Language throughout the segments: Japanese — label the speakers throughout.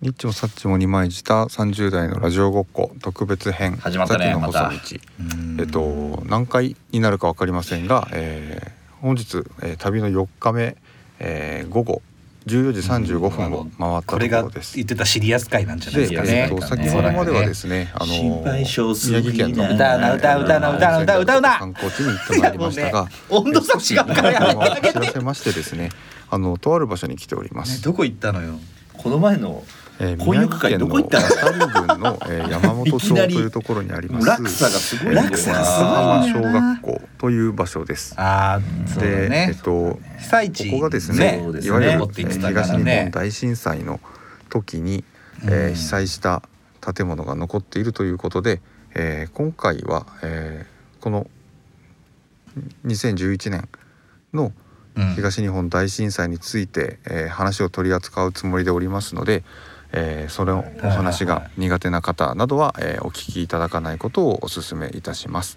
Speaker 1: ニッチもサッチも二枚舌30代のラジオごっこ特別編
Speaker 2: 始まったね
Speaker 1: さきの
Speaker 2: ま
Speaker 1: 細道
Speaker 2: た、
Speaker 1: えっと何回になるかわかりませんが、えー本日、えー旅の4日目、えー午後14時35分を回った
Speaker 3: ことれ
Speaker 1: が
Speaker 3: が
Speaker 1: ころです。
Speaker 3: 言ってたシリアス会なんじゃない
Speaker 1: で、
Speaker 3: です
Speaker 1: えーと。
Speaker 3: かね
Speaker 2: ね
Speaker 1: 先ほどまで はですね、あの
Speaker 4: 心配性すぎ
Speaker 1: 宮
Speaker 4: る
Speaker 1: 城県の
Speaker 3: 歌うな歌うな歌うな歌うな歌うな
Speaker 1: 観光地に行ってまいりましたが、
Speaker 2: 温度差しが分からない
Speaker 1: お知らせましてですね、あのとある場所に来ておりま
Speaker 2: ね
Speaker 1: す。
Speaker 2: どこ行ったのよ
Speaker 4: この前の
Speaker 1: えー、
Speaker 4: 婚
Speaker 1: 宮
Speaker 4: 約
Speaker 1: 城
Speaker 4: 会
Speaker 1: 県
Speaker 4: ど
Speaker 1: の
Speaker 4: こ行ったの
Speaker 1: 北部郡の、えー、山本町
Speaker 4: いき
Speaker 1: と
Speaker 4: なり
Speaker 1: いうところにありま
Speaker 4: もう
Speaker 1: す。
Speaker 4: 落差がすごいんだ
Speaker 1: え
Speaker 4: よな
Speaker 1: ー
Speaker 2: 落差すごい
Speaker 1: 浜
Speaker 2: ん
Speaker 1: 小
Speaker 2: だよな
Speaker 1: 学校という場所です。
Speaker 3: ああ、そう
Speaker 1: で、
Speaker 3: だ
Speaker 1: え
Speaker 3: ね
Speaker 1: っ。と、
Speaker 3: 被災地
Speaker 1: ここがです
Speaker 4: ね
Speaker 1: ね
Speaker 4: そうです
Speaker 1: い
Speaker 4: ね
Speaker 1: わゆる、え
Speaker 4: 残
Speaker 3: っていって
Speaker 1: ー
Speaker 3: たから
Speaker 1: 東
Speaker 3: ね
Speaker 1: 日本大震災の時に、え
Speaker 3: うん
Speaker 1: ー、被災した建物が残っているということで、えー、今回は、えー、この2011年の
Speaker 3: うん
Speaker 1: 東日本大震災について、えー話を取り扱うつもりでおりますので、えーそのお話が苦手な方などは、えーお聞きいただかないことをお勧めいたします。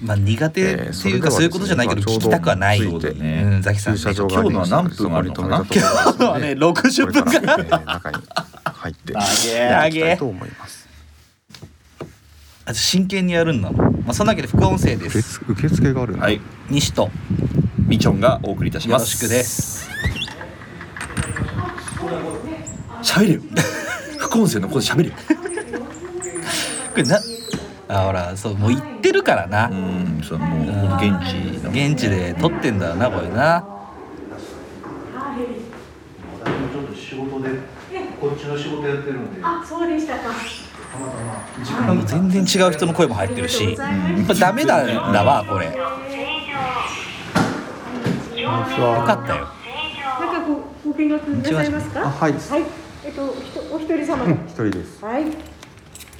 Speaker 3: まあ苦手って
Speaker 1: えーそ
Speaker 3: い
Speaker 1: れ
Speaker 3: う
Speaker 1: では
Speaker 3: かそういうことじゃないけど
Speaker 1: ですね
Speaker 3: 聞きたくはない。
Speaker 1: ちょ
Speaker 3: う
Speaker 1: うどついて
Speaker 3: ん、ザキさん
Speaker 1: 駐車
Speaker 3: ね。
Speaker 1: 場が
Speaker 4: 今日のは何分あるのかな
Speaker 1: そこに止めたところですの
Speaker 3: 今日はね60分
Speaker 1: これから、えー中に入ってい
Speaker 3: あ
Speaker 1: きた
Speaker 3: げ
Speaker 1: いと思います。
Speaker 3: あ真剣にやるんだ。まあそんなわけで副音声で
Speaker 1: 受
Speaker 3: す。
Speaker 1: 付受付があるの。
Speaker 4: はい
Speaker 3: 西と
Speaker 4: みちょんがお送りいたし
Speaker 3: よ
Speaker 4: ま
Speaker 3: ろ
Speaker 4: す
Speaker 3: しくです。
Speaker 4: 喋れよ 副音声の声喋れよ
Speaker 3: これな、あほらそうもう行ってるからな
Speaker 4: う。んそのもう現地の
Speaker 3: 現地で撮ってんだよなこれな。
Speaker 5: ちょっと仕事で、こっちの仕事やってるんで。
Speaker 6: あ、そうでしたか。
Speaker 3: なんか全然違う人の声も入ってるし、やっぱダメなんだわこれ。よかったよ。
Speaker 6: なんかごご見学なさいますか。
Speaker 1: あはい
Speaker 6: はい。えっとおひとお一人様で。
Speaker 1: 一人です。
Speaker 6: はい。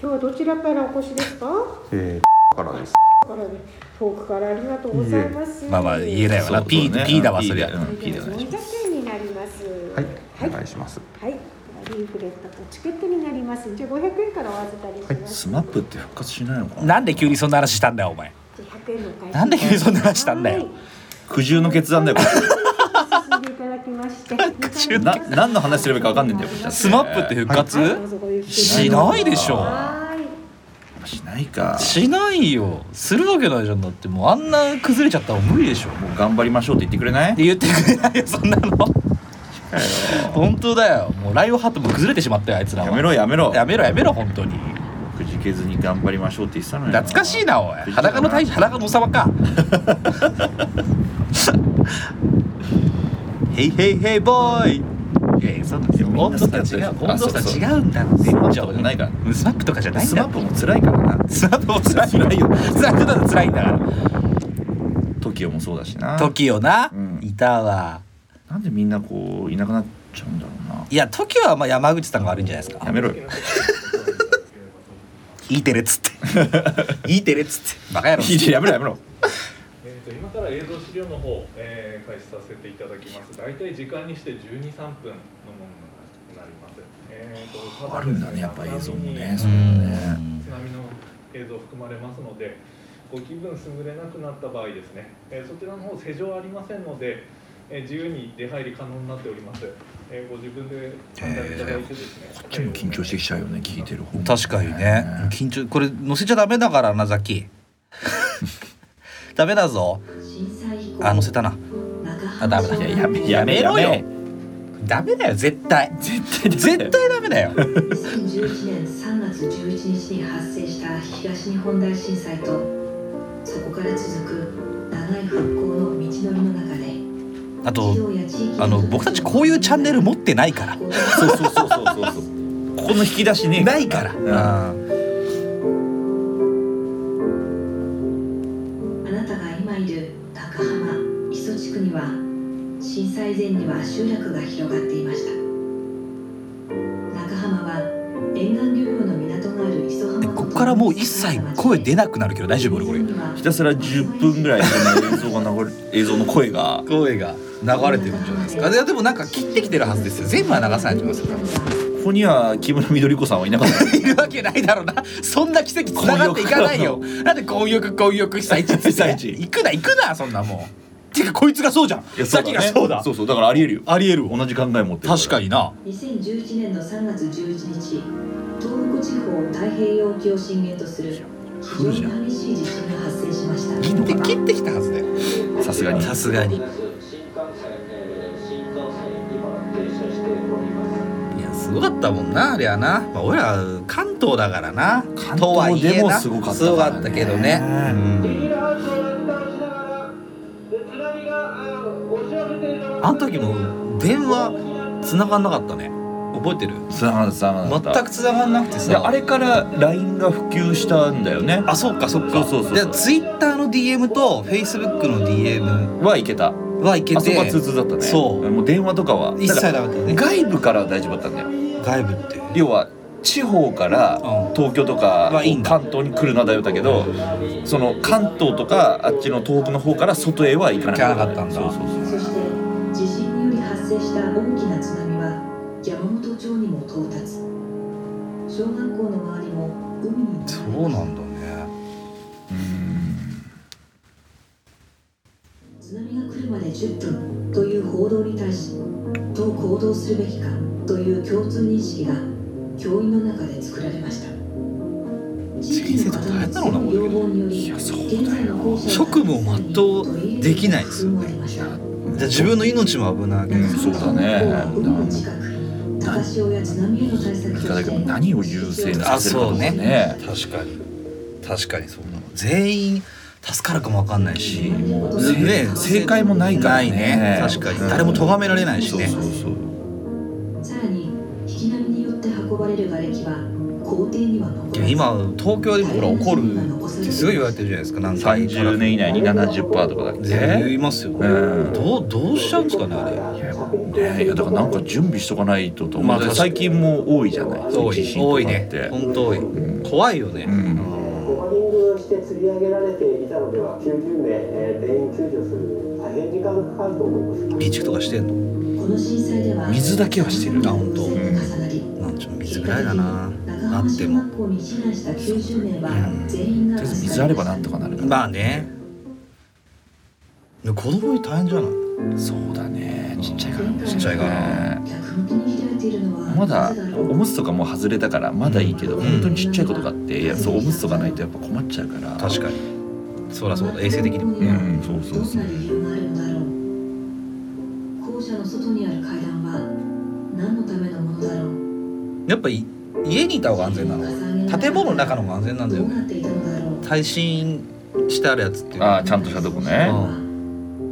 Speaker 6: 今日はどちらからお越しですか。
Speaker 1: えー、からです。
Speaker 6: からね遠くからありがとうございます。
Speaker 3: まあまあ言えないわ
Speaker 4: そう
Speaker 3: な。
Speaker 4: そう
Speaker 3: P
Speaker 4: ね
Speaker 3: P だわ
Speaker 4: うん
Speaker 3: そり
Speaker 4: う
Speaker 3: ゃ。
Speaker 4: ん P でお願いしま
Speaker 6: 400円になります。
Speaker 1: はい、お
Speaker 6: は
Speaker 1: 願
Speaker 6: い。
Speaker 1: いします。
Speaker 6: はい。リーフレットとチケットになります。じゃあ500円からお預かりしますす。
Speaker 4: スマップって復活しないのかな
Speaker 3: なんで急にそんな話したんだよお前。
Speaker 6: じゃあ100円のお返し。
Speaker 3: なんで急にそんな話したんだよ
Speaker 6: はい
Speaker 4: 苦渋の決断だよこ
Speaker 6: 進んでいただきまして。
Speaker 4: れな何の話すればいいか分かんないんだよこっちだって
Speaker 3: スマップって復
Speaker 6: どう
Speaker 3: 活？
Speaker 6: ぞごゆっくり
Speaker 3: しないでしょ
Speaker 6: はい。
Speaker 4: しないか
Speaker 3: しないよ。するわけないじゃんだってもうあんな崩れちゃったら無理でしょ。っ
Speaker 4: もう頑張りましょうって言ってくれない
Speaker 3: て言ってくれないよそんなの。本当だよ。もうライオンハットも崩れてしまったよあいつらは。
Speaker 4: やめろやめろ
Speaker 3: やめろやめろ本当に。
Speaker 4: くじけずに頑張りましょうって言ってたのよ
Speaker 3: 懐かしいなおい。裸の大使裸の王様か。
Speaker 4: ヘイヘイヘイボーイ
Speaker 3: いやいやそうなんですよ
Speaker 4: いやみ
Speaker 3: 温
Speaker 4: んな
Speaker 3: 度
Speaker 4: そん
Speaker 3: 差
Speaker 4: なやつ
Speaker 3: 違
Speaker 4: でし
Speaker 3: う
Speaker 4: ょ
Speaker 3: 温度
Speaker 4: あそうそう
Speaker 3: 差違うんだって
Speaker 4: スマップとかじゃないから
Speaker 3: うんスマップとかじゃないん
Speaker 4: スマ
Speaker 3: だ
Speaker 4: ップも辛いからな
Speaker 3: スマップも辛い
Speaker 4: 辛いよ
Speaker 3: 辛くなる辛いんだから
Speaker 4: TOKIO もそうだしな
Speaker 3: TOKIO な、
Speaker 4: うん
Speaker 3: いたわ
Speaker 4: なんでみんなこういなくなっちゃうんだろう
Speaker 3: いや TOKIO はまあ山口さんが悪いんじゃないです
Speaker 4: な
Speaker 3: か
Speaker 4: やめろよ
Speaker 3: いいテレっつって いいテレっつってバカ野郎
Speaker 4: いややめろやめろ
Speaker 7: えー、と今から映像資料の方、えー、開始させていただきます。大体時間にして12、3分のものになります。えー、とた
Speaker 4: あ
Speaker 7: だ
Speaker 4: る
Speaker 7: です
Speaker 4: んだねやっぱ映像もね
Speaker 7: 津
Speaker 4: そうだ
Speaker 3: う
Speaker 4: ね
Speaker 3: ん
Speaker 7: 波の映像含まれますので、ご気分優れなくなった場合ですね、えーそちらの方施錠ありませんので、えー自由に出入り可能になっております。えーご自分で判断いただいてですね。
Speaker 4: こっちも緊張してきちゃうよね聞いてる方も
Speaker 3: 確かにね緊張これ乗せちゃダメだからなザキ ダメだぞあ乗せたなあダメだ
Speaker 4: いややめやめろよ
Speaker 3: ダメだよ絶対
Speaker 4: 絶対
Speaker 3: 絶対ダメだよ
Speaker 8: 2011年3月11日に発生した東日本大震災とそこから続く長い復興の道のりの中で
Speaker 3: あと
Speaker 8: 企業や地域
Speaker 3: あの僕たちこういうチャンネル持ってない から
Speaker 4: そうそうそうそうそうそうここの引き出しねえ
Speaker 3: ないから、
Speaker 8: あなたが今いる高浜磯地区には震災前には集落が広がっていました中浜は沿岸漁業の港がある磯浜
Speaker 3: ここからもう一切声出なくなるけど大丈夫俺これ
Speaker 4: ひたすら10分ぐらいその映像が流れ映像の声が
Speaker 3: 声が流れてるんじゃないですかいやでもなんか切ってきてるはずですよ全部は流さないと思いますよ
Speaker 4: ここには木村みどり子さんはいなかった
Speaker 3: いるわけないだろうなそんな奇跡つながっていかないよなんで婚欲婚欲被災地って
Speaker 4: 被災地
Speaker 3: 行くな行くなそんなもてかこいつがそうじゃん
Speaker 4: いや
Speaker 3: さっきがそうだ
Speaker 4: そうそうだからありえるよ
Speaker 3: ありえるわ
Speaker 4: 同じ考え持ってるら
Speaker 3: 確かにな
Speaker 8: 2011年の3月11日東北地方太平洋沖を震源とする非常に激しい地震が発生しました
Speaker 3: 切って切ってきたはずだよ
Speaker 4: さすがに
Speaker 3: さすがにいやすごかったもんなあれはな、まあ、俺ら関東だからな
Speaker 4: 関東
Speaker 3: とはいえ
Speaker 4: でも
Speaker 3: な
Speaker 4: すごかったからね
Speaker 3: すごかったけどねうんあの時も電話繋がんなかったね覚えてる
Speaker 4: つながったつながった
Speaker 3: 全く繋がんなくて
Speaker 4: で
Speaker 3: さ
Speaker 4: あれから LINE が普及したんだよね
Speaker 3: あそっかそっか
Speaker 4: そうそうそう
Speaker 3: でツイッターの DM とフェイスブックの DM
Speaker 4: はいけた
Speaker 3: はいけて
Speaker 4: あそこは通通だったね
Speaker 3: そう
Speaker 4: もう電話とかは
Speaker 3: 一切
Speaker 4: ただ
Speaker 3: ダメだよね
Speaker 4: 外部からは大丈夫だったんだよ
Speaker 3: 外部って
Speaker 4: 要は地方から
Speaker 3: うん
Speaker 4: 東京とか
Speaker 3: はいいんだ
Speaker 4: 関東に来るなだよだけどその関東とかあっちの東北の方から外へは行かな
Speaker 3: 行かなかったんだ
Speaker 4: そうそうそう
Speaker 8: そして地震により発生した大きな津波は山本町にも到達小学校の周りも海に流れ
Speaker 3: そうなんだね
Speaker 8: 津波が来るまで10分という報道に対しどう行動するべきかという共通認識が教員の中で作られました
Speaker 3: 先生とか大変だろうなこういうの
Speaker 8: 要望により
Speaker 4: いやそうだよ
Speaker 8: 現在の校舎
Speaker 3: 職務を全うできないですよね
Speaker 8: 取り入れるようになりまし
Speaker 3: じゃあ自分の命も危ない、
Speaker 4: うんそうだね
Speaker 8: た海の近く高潮や津波への対策と
Speaker 4: いやだ
Speaker 8: し
Speaker 4: け
Speaker 8: て
Speaker 4: ど何を優先させるかとか
Speaker 3: あそう
Speaker 4: ね
Speaker 3: 確かに確かにそうなの全員助かるかもわかんないし
Speaker 8: ね正解もないから
Speaker 3: ないね確かに誰も咎められないしね
Speaker 4: そうそうそう
Speaker 8: さらに引き波によって運ばれる瓦礫は校庭には残
Speaker 3: で
Speaker 8: ら
Speaker 3: も
Speaker 8: ず
Speaker 3: 今東京でもほら怒るってすごい言われてるじゃないですかなんか
Speaker 4: 30年以内に70%とかだっ
Speaker 3: 全員
Speaker 4: け
Speaker 3: いますよね、
Speaker 4: うん
Speaker 3: どうどうしちゃうんですかねあれ
Speaker 4: ねいやだからなんか準備しとかないとと思う、
Speaker 3: まあ
Speaker 4: だから
Speaker 3: 確かに
Speaker 4: 最近もう多いじゃない
Speaker 3: 多
Speaker 4: 地
Speaker 3: い
Speaker 4: 震とか
Speaker 3: 多い
Speaker 4: っ
Speaker 3: ね
Speaker 4: て
Speaker 3: 本当多い、
Speaker 4: うん
Speaker 3: 怖いよね、
Speaker 4: うん
Speaker 3: うん
Speaker 2: リングして釣り上げられていたのでは90名、えー全員救助する大変時間がかかると思います
Speaker 3: 備蓄とかしてんの
Speaker 8: この震災では
Speaker 4: 水だけはしてる
Speaker 3: あ本当
Speaker 8: 重なり
Speaker 3: なんちゅうの水ぐらいだな
Speaker 8: 長
Speaker 3: あ
Speaker 8: 浜
Speaker 3: って
Speaker 8: 小
Speaker 3: も
Speaker 8: 学校に避難した90名は全員が
Speaker 4: とりあえず水あればなんとかなるから、
Speaker 3: まあねでも子供に大変じゃない
Speaker 4: そうだねちっちゃいから
Speaker 3: ちっちゃいかな
Speaker 8: 逆向きに開いているのは
Speaker 4: まだ
Speaker 8: なぜ
Speaker 4: お
Speaker 8: ろう
Speaker 4: むつとかもう外れたからまだいいけど、
Speaker 3: うん
Speaker 4: 本当にちっちゃい子とかっていやそうおむつとかないとやっぱ困っちゃうから
Speaker 3: 確かにそりゃそうだ衛生的にも
Speaker 4: う
Speaker 3: ね
Speaker 4: んそうそう
Speaker 8: どん
Speaker 4: そう
Speaker 8: な理由があるのだろう校舎の外にある階段は何のためのものだろう
Speaker 3: やっぱい家にいた方が安全なの建物の中の方が安全なんだよ
Speaker 8: どうなっていたのだろう
Speaker 3: 耐震してあるやつっていうの
Speaker 4: ああちゃんとしたとこね
Speaker 8: うん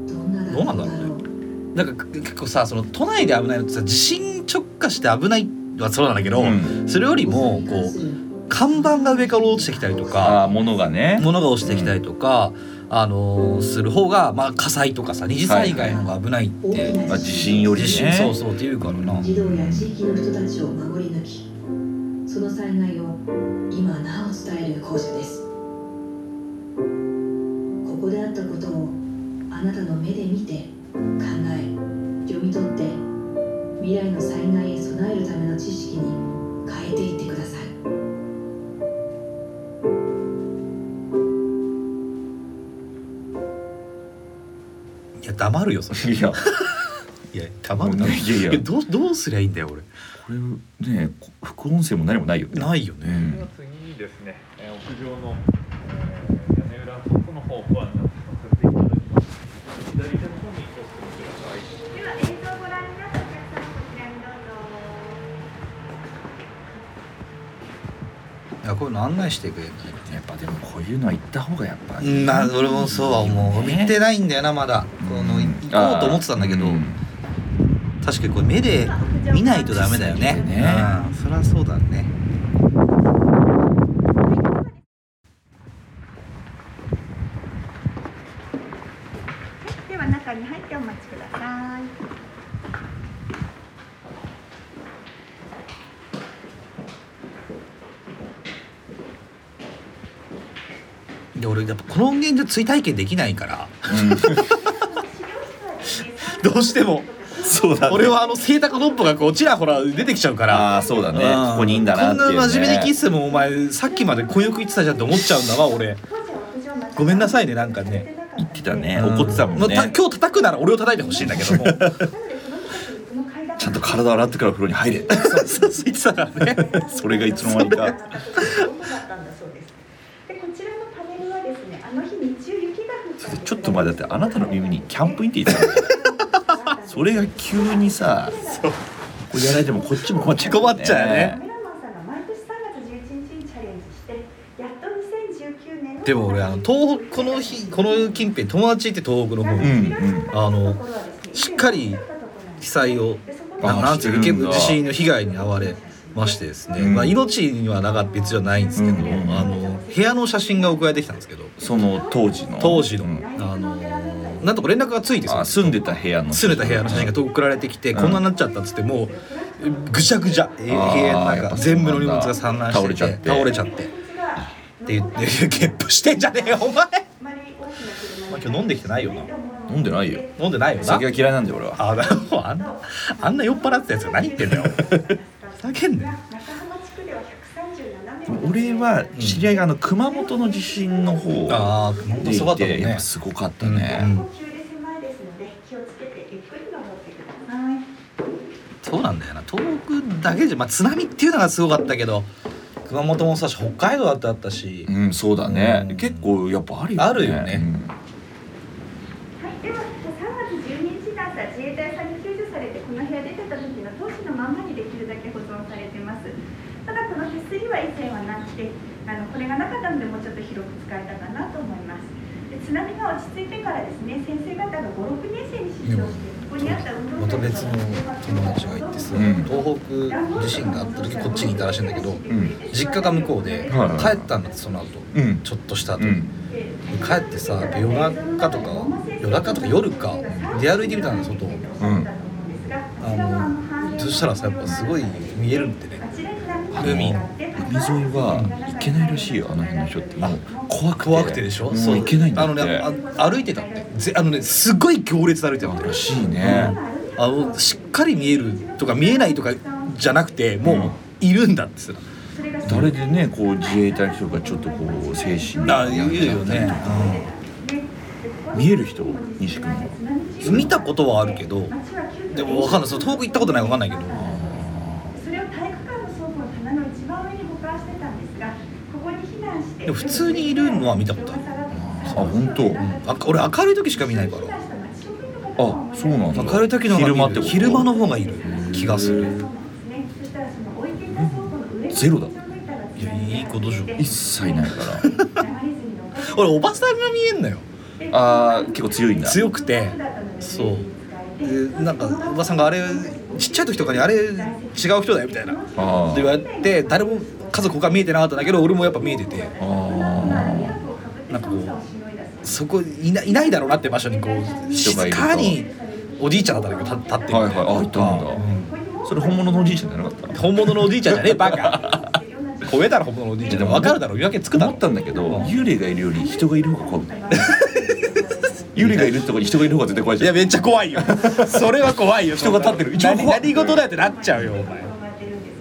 Speaker 3: どうなんだろ
Speaker 8: うね
Speaker 3: なんかく結構さその都内で危ないのってさ地震直下して危ないはそうなんだけど、
Speaker 4: うん
Speaker 3: それよりもこう看板が上から落ちてきたりとか
Speaker 4: ああ物がね
Speaker 3: 物が落ちてきたりとか、あのーする方が、まあ、火災とかさ二次災害の方が危ないって、
Speaker 4: まあ地震より
Speaker 3: 地震
Speaker 4: ね
Speaker 3: そうそうって言うからな、
Speaker 8: 児童や地域の人たちを守り抜きその災害を今なお伝える校舎ですここであったことをあなたの目で見て考え読み取って未来の災害へ備えるための知識に変えていってください
Speaker 3: いや黙るよそ れ
Speaker 4: いや
Speaker 3: いや黙
Speaker 4: もう
Speaker 3: る
Speaker 4: ね
Speaker 3: ない
Speaker 4: やいや
Speaker 3: どうどうすりゃいいんだよ俺
Speaker 4: これねこ副音声も何もないよね
Speaker 3: ないよね
Speaker 7: では次にですね、えー屋上の、えー屋根裏外の方をご案内させていただきます。左手の方にご進みください。
Speaker 9: では映像をご覧になったお客様こちらにどうぞ。
Speaker 3: いやこういうの案内してくれない
Speaker 4: やっぱでもこういうのは行った方がやっぱ
Speaker 3: うんまあ俺もそうは思う
Speaker 4: ね
Speaker 3: 見てないんだよなまだこの行こうと思ってたんだけど、
Speaker 4: うん
Speaker 3: 確かにこれ目で見ないとダメだよね
Speaker 4: ね
Speaker 3: うん、そりゃそうだね
Speaker 9: では中に入ってお待ちください。
Speaker 3: で俺やっぱこの音源じゃ追体験できない からどうしても
Speaker 4: そうだね
Speaker 3: 俺はあのセイタカノッポがこうちらほら出てきちゃうから
Speaker 4: ああそうだね
Speaker 3: うん
Speaker 4: ここにいいんだなっていう、ね、
Speaker 3: こんな真面目に聞いててもお前さっきまでこよく言ってたじゃんって思っちゃうんだわ俺ごめんなさいねなんかね
Speaker 4: 言ってたね
Speaker 3: うん
Speaker 4: 怒ってたも
Speaker 3: ま
Speaker 4: ん
Speaker 3: あた
Speaker 4: ね
Speaker 3: 今日叩くなら俺を叩いてほしいんだけども
Speaker 4: ちゃんと体洗ってから風呂に入 れ
Speaker 3: そうそう言ってたからね
Speaker 4: それがいつの間にかちょっと前だってあなたの耳にキャンプインって言ってたの それが急にさこれやられてもこっちも困っちゃうから
Speaker 3: 困っちゃうよねでも俺あの東北この日この近辺友達いて東北の方、
Speaker 4: うんうん
Speaker 3: あのしっかり被災をな
Speaker 4: あ
Speaker 3: なんてい
Speaker 4: し
Speaker 3: う
Speaker 4: てるんだ
Speaker 3: の地震の被害に遭われましてですね、
Speaker 4: うん
Speaker 3: まあ、命にはなか別じゃないんですけど、
Speaker 4: うんうん
Speaker 3: あの部屋の写真が送られてきたんですけど
Speaker 4: その当時の
Speaker 3: 当時の、
Speaker 4: うん
Speaker 3: あのなんとか連絡がついて
Speaker 4: あ住んでた部屋の
Speaker 3: 住んでた部屋の写真が送られてきて、こんなになっちゃったっつってもうぐちゃぐちゃえ部屋の
Speaker 4: あーやっ
Speaker 3: 中
Speaker 4: ぱそう
Speaker 3: 全
Speaker 4: なんだ
Speaker 3: 部の荷物が散乱してて
Speaker 4: 倒れちゃって
Speaker 3: 倒れちゃってって言って「ゲップしてんじゃねえよお前!」まあ今日飲んできてないよな
Speaker 4: 飲んでないよ
Speaker 3: 飲んでないよな
Speaker 4: 酒が嫌いなんだよ俺は
Speaker 3: あなあんなあんな酔っ払ってたやつが何言ってんだよふざけんなよ
Speaker 4: 俺は知り合いがあの熊本の地震の方
Speaker 3: あー熊
Speaker 4: で
Speaker 3: 本すごか
Speaker 4: い
Speaker 3: ったもん
Speaker 4: て
Speaker 3: ね
Speaker 4: やっぱすごかった
Speaker 3: うんう
Speaker 4: ね
Speaker 3: んそうなんだよな東北だけじゃ、まあ、津波っていうのがすごかったけど熊本もさ北海道だってあったし、
Speaker 4: うんそうだね
Speaker 3: うん
Speaker 4: 結構やっぱあるよね
Speaker 3: あるよね
Speaker 4: うん
Speaker 9: はい、では3月12日の朝自衛隊さんに救助されてこの部屋出てた時の当時のまんまにできるだけ保存されてますただこの手すりは以前はなくてあのこれがなかったのでもうちょっと広く使えたかなと思いますで津波が落ち着いてからですね先生方が56年生に指導してここにあった運動
Speaker 3: また別の友達がいてさ、
Speaker 4: うん
Speaker 3: 東北地震があった時こっちにいたらしいんだけど、
Speaker 4: ん
Speaker 3: 実家が向こうで、
Speaker 4: はいはいはい
Speaker 3: 帰ったんだってその後、
Speaker 4: うん
Speaker 3: ちょっとした後、
Speaker 4: うん
Speaker 3: 帰ってさ夜中とか夜中とか夜か出歩いてみたんだ外を
Speaker 4: うん
Speaker 3: あのそしたらさやっぱすごい見えるんでね
Speaker 4: 海海
Speaker 3: 海
Speaker 4: 沿いは行けないらしいよあの辺の人ってもう怖くて
Speaker 3: 怖くてでしょ、
Speaker 4: もう行けないんだ
Speaker 3: あ
Speaker 4: っ
Speaker 3: の
Speaker 4: て
Speaker 3: ねあ歩いてたってぜあのねすごい行列で歩いてたの
Speaker 4: らしいね
Speaker 3: あのしっかり見えるとか見えないとかじゃなくてもういるんだってさ、
Speaker 4: 誰でねこう自衛隊の人がちょっとこう精神
Speaker 3: あいるよね、
Speaker 4: 見える人西君も
Speaker 3: うん見たことはあるけどでも分かんないその遠く行ったことないか分かんないけど
Speaker 9: それを体育館の倉庫の棚の一番上に保管してたんですがここに避難して
Speaker 3: でも普通にいるのは見たことある
Speaker 4: あ本当
Speaker 3: あ俺明るい時しか見ないから
Speaker 4: あそうなんだ
Speaker 3: 明るい時の方が
Speaker 4: 昼間
Speaker 3: 見
Speaker 4: っ
Speaker 3: る
Speaker 4: てこと
Speaker 3: 昼間の方がいる気がする
Speaker 4: ゼロだ
Speaker 3: いやいいことじゃん
Speaker 4: 一切ないから
Speaker 3: 俺おばさんが見えんのよ
Speaker 4: あー結構強いんだ
Speaker 3: 強くてそうでなんかおばさんがあれちっちゃい時とかにあれ違う人だよみたいなって
Speaker 4: あ
Speaker 3: 言
Speaker 4: ー
Speaker 3: われて誰も家族他見えてなかったんだけど俺もやっぱ見えてて
Speaker 4: あ
Speaker 3: なんかこうそこいないないだろうなって場所にこう
Speaker 4: 人
Speaker 3: 静
Speaker 4: がいると
Speaker 3: かにおじいちゃんだったんだけど立立っ
Speaker 4: ー
Speaker 3: てる
Speaker 4: はいはいあいたんだ、それ本物のおじいちゃんじゃなかった
Speaker 3: 本物のおじいちゃんじゃねえバカ 怖えだろ本物のおじいちゃんでも分かるだろ見分けつくだ
Speaker 4: 思
Speaker 3: ろ
Speaker 4: ったんだけど幽霊がいるより人がいる方が 怖くない幽霊がいるところに人がいる方が絶対怖い
Speaker 3: い
Speaker 4: じゃ
Speaker 3: や
Speaker 4: ん
Speaker 3: めっちゃ怖いよそれは怖いよ人
Speaker 4: が立ってる一番
Speaker 3: 何
Speaker 4: 怖い
Speaker 3: 何事だよってなっちゃうよお前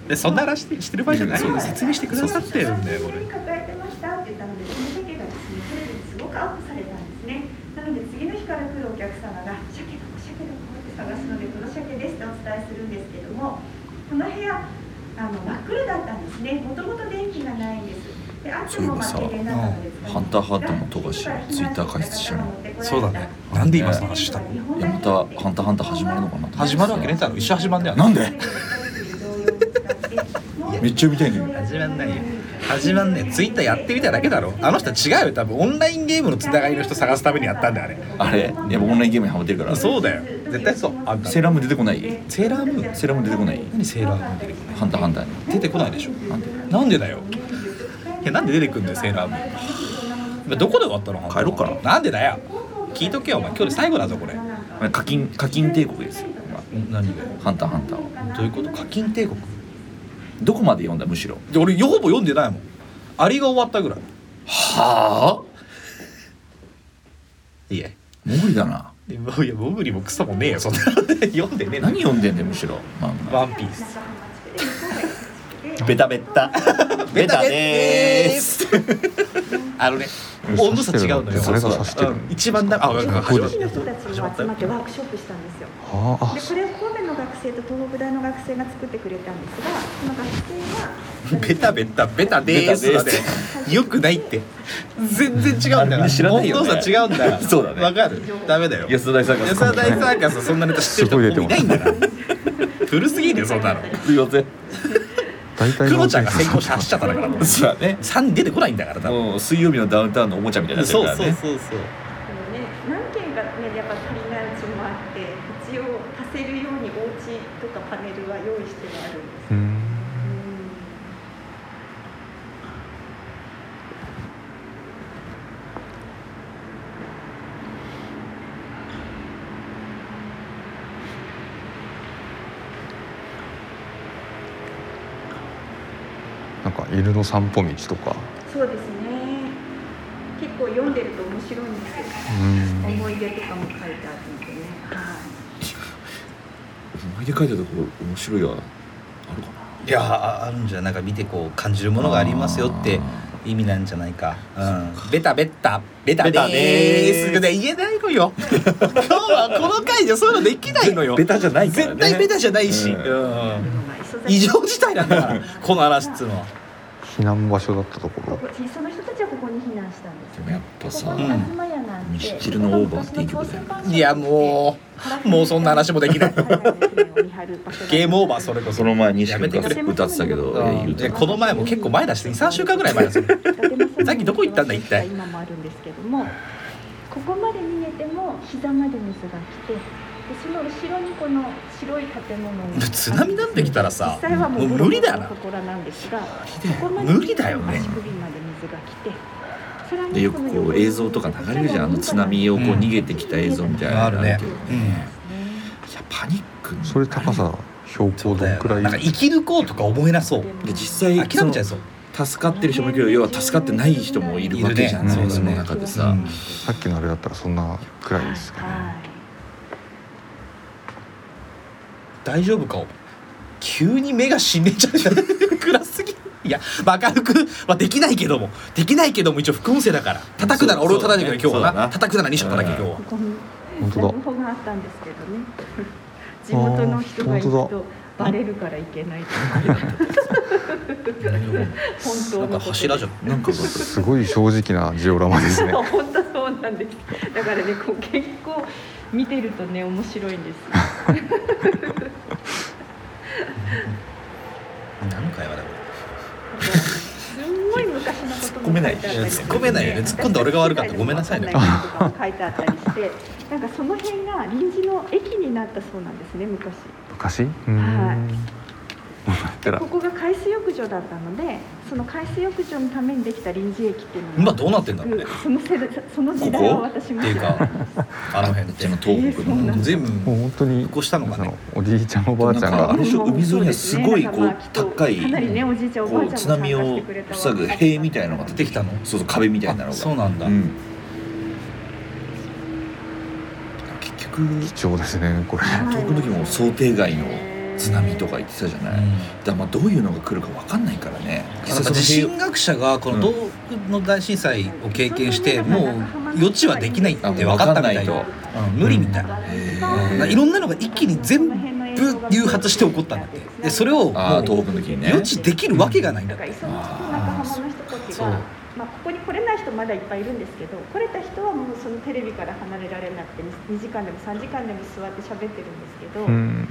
Speaker 3: でそんな話してる場合じゃないよ説明してくださってるんだよこれ
Speaker 9: 抱えてましたって言ったのでその鮭がですねテレビですごくアップされたんですねなので次の日から来るお客様が鮭どこ鮭どこって探すのでこの鮭ですってお伝えするんですけどもこの部屋あの真っ暗だったんですねもともと電気がないんですであってもまあ停電なので使えない
Speaker 4: ハンターハンターの富樫ツイッター開設したの
Speaker 3: そうだねなんで今その話したの
Speaker 4: いやまた「ハンターハンター」始まるのかなと思って
Speaker 3: 始まるわけねえだろ一緒始まんだよ
Speaker 4: なんでめっちゃ見たいね
Speaker 3: 始まんないよ始まんねえツイッターやってみただけだろあの人は違うよ多分オンラインゲームのつながりの人探すためにやったんだよ
Speaker 4: あ
Speaker 3: あれ
Speaker 4: れやっぱオンラインゲームにハマってるから
Speaker 3: そうだよ絶対そうあんた
Speaker 4: セーラームーン出てこない
Speaker 3: セーラームーン
Speaker 4: セーラームーン出てこない
Speaker 3: 何セーラームーン出てくる
Speaker 4: ハンターハンターに
Speaker 3: 出てこないでしょなんでだよいやなんで出てくんだよセーラームーン今どこで終わったの
Speaker 4: 帰ろうか
Speaker 3: なんでだよ聞いとけよお前今日で最後だぞこれ
Speaker 4: 課金課金帝国ですよ今
Speaker 3: 何が
Speaker 4: ハンターハンターは
Speaker 3: どういうこと課金帝国
Speaker 4: どこまで読んだむしろ
Speaker 3: で俺ほぼ読んでないもんアリが終わったぐらい
Speaker 4: はあ
Speaker 3: いや
Speaker 4: 無理だない
Speaker 3: やモグリもクソもねえ よそんな読んでねえな
Speaker 4: 何読んでんだよむしろ漫画
Speaker 3: ワンピース
Speaker 4: ベタベッタベタでーす
Speaker 3: あのね温度差違うのよ
Speaker 1: それが刺してる
Speaker 3: うん一番だあ
Speaker 6: 中
Speaker 3: わ
Speaker 6: 学
Speaker 3: かる
Speaker 6: 生の人たちも集まってワークショップしたんですよ
Speaker 1: はあ
Speaker 9: でこれを神戸の学生と東北大の学生が作ってくれたんですがその学生は
Speaker 3: ベタベタベタでーすだねよくないって全然違うんだ
Speaker 4: あれみん
Speaker 3: よ
Speaker 4: な知らないよね
Speaker 3: 温度差違うんだよ
Speaker 4: そうだね
Speaker 3: わかるダメだよ
Speaker 4: 安田さんが
Speaker 3: 安田大サーカスそんなネタ知ってる人もいないんだから古すぎるよそんなの
Speaker 4: すいません
Speaker 1: 大体
Speaker 3: ク
Speaker 1: の
Speaker 3: ロ
Speaker 1: お
Speaker 3: ちゃん
Speaker 1: じ
Speaker 3: が
Speaker 1: さん
Speaker 3: 先行して走っちゃったんだからもう
Speaker 4: そうだね
Speaker 3: 3出てこないんだから多分
Speaker 4: も う水曜日のダウンタウンのおもちゃみたいになってる
Speaker 3: そう
Speaker 4: か
Speaker 3: そう
Speaker 4: ら
Speaker 3: そう
Speaker 4: ね
Speaker 3: そう
Speaker 9: でもね何件かねやっぱ足りないうちもあって一応足せるようにお家とかパネルは用意してはあるんです
Speaker 1: うんなんか犬の散歩道とか
Speaker 9: そうですね結構読んでると面白いんですよ
Speaker 1: うん
Speaker 9: 思い出とかも書いてあるのでねはい
Speaker 4: 思い出書いてるところ面白いわあるかない
Speaker 3: やああるんじゃないなんか見てこう感じるものがありますよって意味なんじゃないか、うん、ベタベタベタで
Speaker 4: ベタで
Speaker 3: ー
Speaker 4: ー
Speaker 3: す
Speaker 4: す
Speaker 3: ぐね言えないのよ 今日はこの回じゃそういうのできないのよ
Speaker 4: ベタじゃないからね
Speaker 3: 絶対ベタじゃないし、
Speaker 4: うん
Speaker 3: うん
Speaker 9: のが磯崎
Speaker 3: 異常事態なんだ からこの嵐っつうのは
Speaker 1: 避難場所だったとこ
Speaker 9: こ
Speaker 1: ろ
Speaker 9: こその人たちはここに避難したんです
Speaker 4: でもやっぱさ
Speaker 9: ここに東屋なんて
Speaker 4: ミスチルのオーバーっていい曲だよね
Speaker 3: いやもうもうそんな話もできないゲームオーバーそれこそ
Speaker 4: その前西
Speaker 3: やめ
Speaker 4: 君
Speaker 3: て
Speaker 4: が
Speaker 3: くれ
Speaker 4: 歌ってたけど
Speaker 3: うん
Speaker 4: え言う
Speaker 3: い
Speaker 4: て
Speaker 3: やこの前も結構前出して23週間ぐらい 前ですよ さっきどこ行ったんだ一体
Speaker 9: 今もあるんですけどもここまで逃げても膝まで水が来てでその後ろにこの白い建物が
Speaker 3: 津波なんて来たらさ
Speaker 9: 実際はもう
Speaker 3: もう無理だな
Speaker 9: ボロボロのところなんですがここまで
Speaker 3: 無理だよね
Speaker 9: 足首まで水が来てさらに
Speaker 4: でよくこう映像とか流れるじゃんあの津波をこう逃げてきた映像みたいなの
Speaker 3: うんあるね
Speaker 4: けど
Speaker 3: う
Speaker 4: い
Speaker 3: ん
Speaker 4: やパニックに
Speaker 1: それ高さ標高どんくらい
Speaker 3: なんか生き抜こうとか思えなそう
Speaker 4: で実
Speaker 3: 諦
Speaker 4: 際
Speaker 3: めちゃいそう
Speaker 4: その助かってる人もいるけど要は助かってない人もいるわけじゃん、
Speaker 3: いるね
Speaker 4: その中でさ、
Speaker 3: うん
Speaker 1: さっきのあれだったらそんなくらいですかね
Speaker 3: 大丈夫か急に目が死んでちゃうじゃん暗すぎいや明るくはできないけどもできないけども一応副音声だから叩くなら俺を叩いてくれ
Speaker 4: そうそ
Speaker 3: 今日
Speaker 4: うだ
Speaker 3: は
Speaker 4: ね
Speaker 3: な叩くなら西を叩け
Speaker 4: うん
Speaker 3: 今日は
Speaker 9: ここに
Speaker 1: 本当だ
Speaker 9: 情報があったんですけどね 地元の人が行く
Speaker 1: 本当
Speaker 9: とバレるからいけないとか本当
Speaker 3: な
Speaker 9: の
Speaker 3: んか柱じゃん
Speaker 4: なんか
Speaker 1: すごい正直なジオラマです ね
Speaker 9: 本当そうなんですだからねこう結構見てるとね面白いんです
Speaker 3: 何回はだこ
Speaker 9: すんごい昔のことも書いてあったり
Speaker 3: いや突っ込めないよね突っ込んだ俺が悪かったごめんなさいね
Speaker 9: 書いてあったりしてなんかその辺が臨時の駅になったそうなんですね昔
Speaker 1: 昔うーん
Speaker 9: は
Speaker 1: てら
Speaker 9: ここが海水浴場だったのでその海水浴場のためにできた臨時駅っていうの
Speaker 3: れ
Speaker 9: が
Speaker 3: 今どうなってんだろうね
Speaker 9: その世代その時代
Speaker 3: こ
Speaker 9: は
Speaker 3: こ
Speaker 9: 私も
Speaker 3: っていうか あの辺って
Speaker 4: その東北の
Speaker 3: 全
Speaker 1: もう
Speaker 3: 部
Speaker 1: 本当に
Speaker 3: 復興したのかね
Speaker 1: おじいちゃんおばあちゃん
Speaker 4: なんかあ
Speaker 1: が
Speaker 4: れでしょ海沿いにはすごいこう
Speaker 9: なんかまあきっと
Speaker 4: 高い
Speaker 9: かなりねおじいちゃんおばあ
Speaker 4: こ
Speaker 9: ちゃん
Speaker 4: う
Speaker 9: も
Speaker 4: 津波を塞ぐ塀みたいなのが
Speaker 3: 出
Speaker 4: 出
Speaker 3: て
Speaker 4: て
Speaker 3: き
Speaker 4: き
Speaker 3: た
Speaker 4: た
Speaker 3: の
Speaker 4: そうそう壁みたいなの
Speaker 3: あ
Speaker 4: が
Speaker 3: そうなんだ、
Speaker 4: うん結局
Speaker 1: 貴重ですねこれ
Speaker 4: 東北の時も想定外の津波とか言ってたじゃ
Speaker 3: う
Speaker 4: ない、だか
Speaker 3: ん
Speaker 4: らまあどういうのが来るかわかんないからね
Speaker 3: なんか地震学者がこの東北の大震災を経験して、
Speaker 9: うん
Speaker 3: もう余地はできないって分かったみたいと
Speaker 4: わかん、
Speaker 3: うん、無理みたいな、
Speaker 4: へ
Speaker 3: いろんなのが一気に全部誘発して起こったんだってでそれをもう
Speaker 4: ああ東北の時にね
Speaker 3: 余地できるわけがないんだ
Speaker 9: だ
Speaker 3: っ
Speaker 9: から
Speaker 3: て
Speaker 9: 磯の仲間の人たち
Speaker 3: そう
Speaker 9: が、まあ、ここに来れない人まだいっぱいいるんですけど来れた人はもうそのテレビから離れられなくてに 2, 時間でも3時間でも座って喋ってるんですけど、
Speaker 1: うん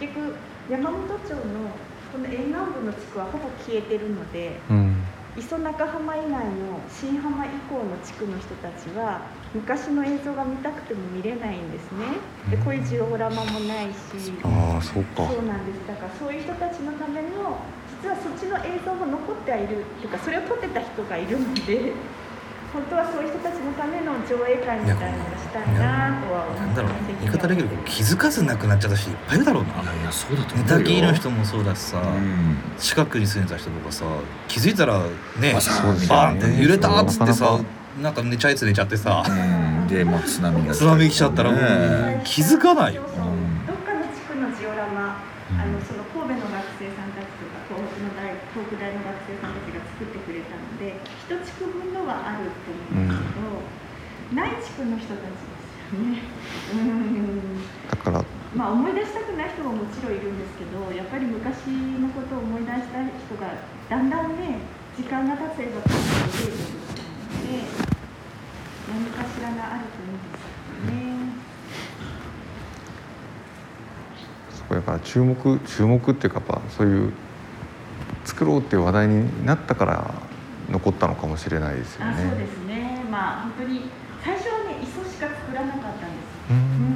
Speaker 9: 結局山本町のこの沿岸部の地区はほぼ消えてるので
Speaker 1: うん
Speaker 9: 磯中浜以外の新浜以降の地区の人たちは昔の映像が見たくても見れないんですね。でこういうジオラマもないし
Speaker 1: ああそうか
Speaker 9: そうなんですだからそういう人たちのための実はそっちの映像も残ってはいるっていうかそれを撮ってた人がいるので 本当はそういう人たちのための上映会みたいなのがしたいなとは思
Speaker 3: なんだろうね
Speaker 9: って
Speaker 3: 言い方だけど気づかず亡くなっちゃった人いっぱいいるだろう
Speaker 4: あ
Speaker 3: ない
Speaker 4: やそうだと思
Speaker 3: 寝
Speaker 4: うよ
Speaker 3: たきりの人もそうだしさ、
Speaker 4: うん
Speaker 3: 近くに住んでた人とかさ気づいたらね
Speaker 4: まあそうですね
Speaker 3: バーンって揺れたっつって
Speaker 1: なか
Speaker 3: さ
Speaker 1: な
Speaker 3: なんか寝ちゃうやつ寝ちゃってさ
Speaker 4: うんでまあ津波が
Speaker 3: 津波来ちゃったらもう
Speaker 4: ね
Speaker 3: 気づかないよ
Speaker 9: そうそうどっかの地区のジオラマあのその神戸神戸の学生さんたちとか東北の大東北大の学生さんたちが作ってくれたので一地区分のはあると思うんですけど、ない地区の人たちですよね。うん
Speaker 1: だから
Speaker 9: まあ、思い出したくない人ももちろんいるんですけどやっぱり昔のことを思い出したい人がだんだんね時間が経つば経つほど増えてくると思うので何かしらがあるといいで
Speaker 1: そ
Speaker 9: すよね。
Speaker 1: こやから注目注目っていうかやっぱそういう作ろうっていう話題になったから残ったのかもしれないですよ
Speaker 9: あそうで
Speaker 1: ね。
Speaker 9: すねまあ本当に最初はね磯しか作らなかったんです
Speaker 1: うん
Speaker 9: うんうん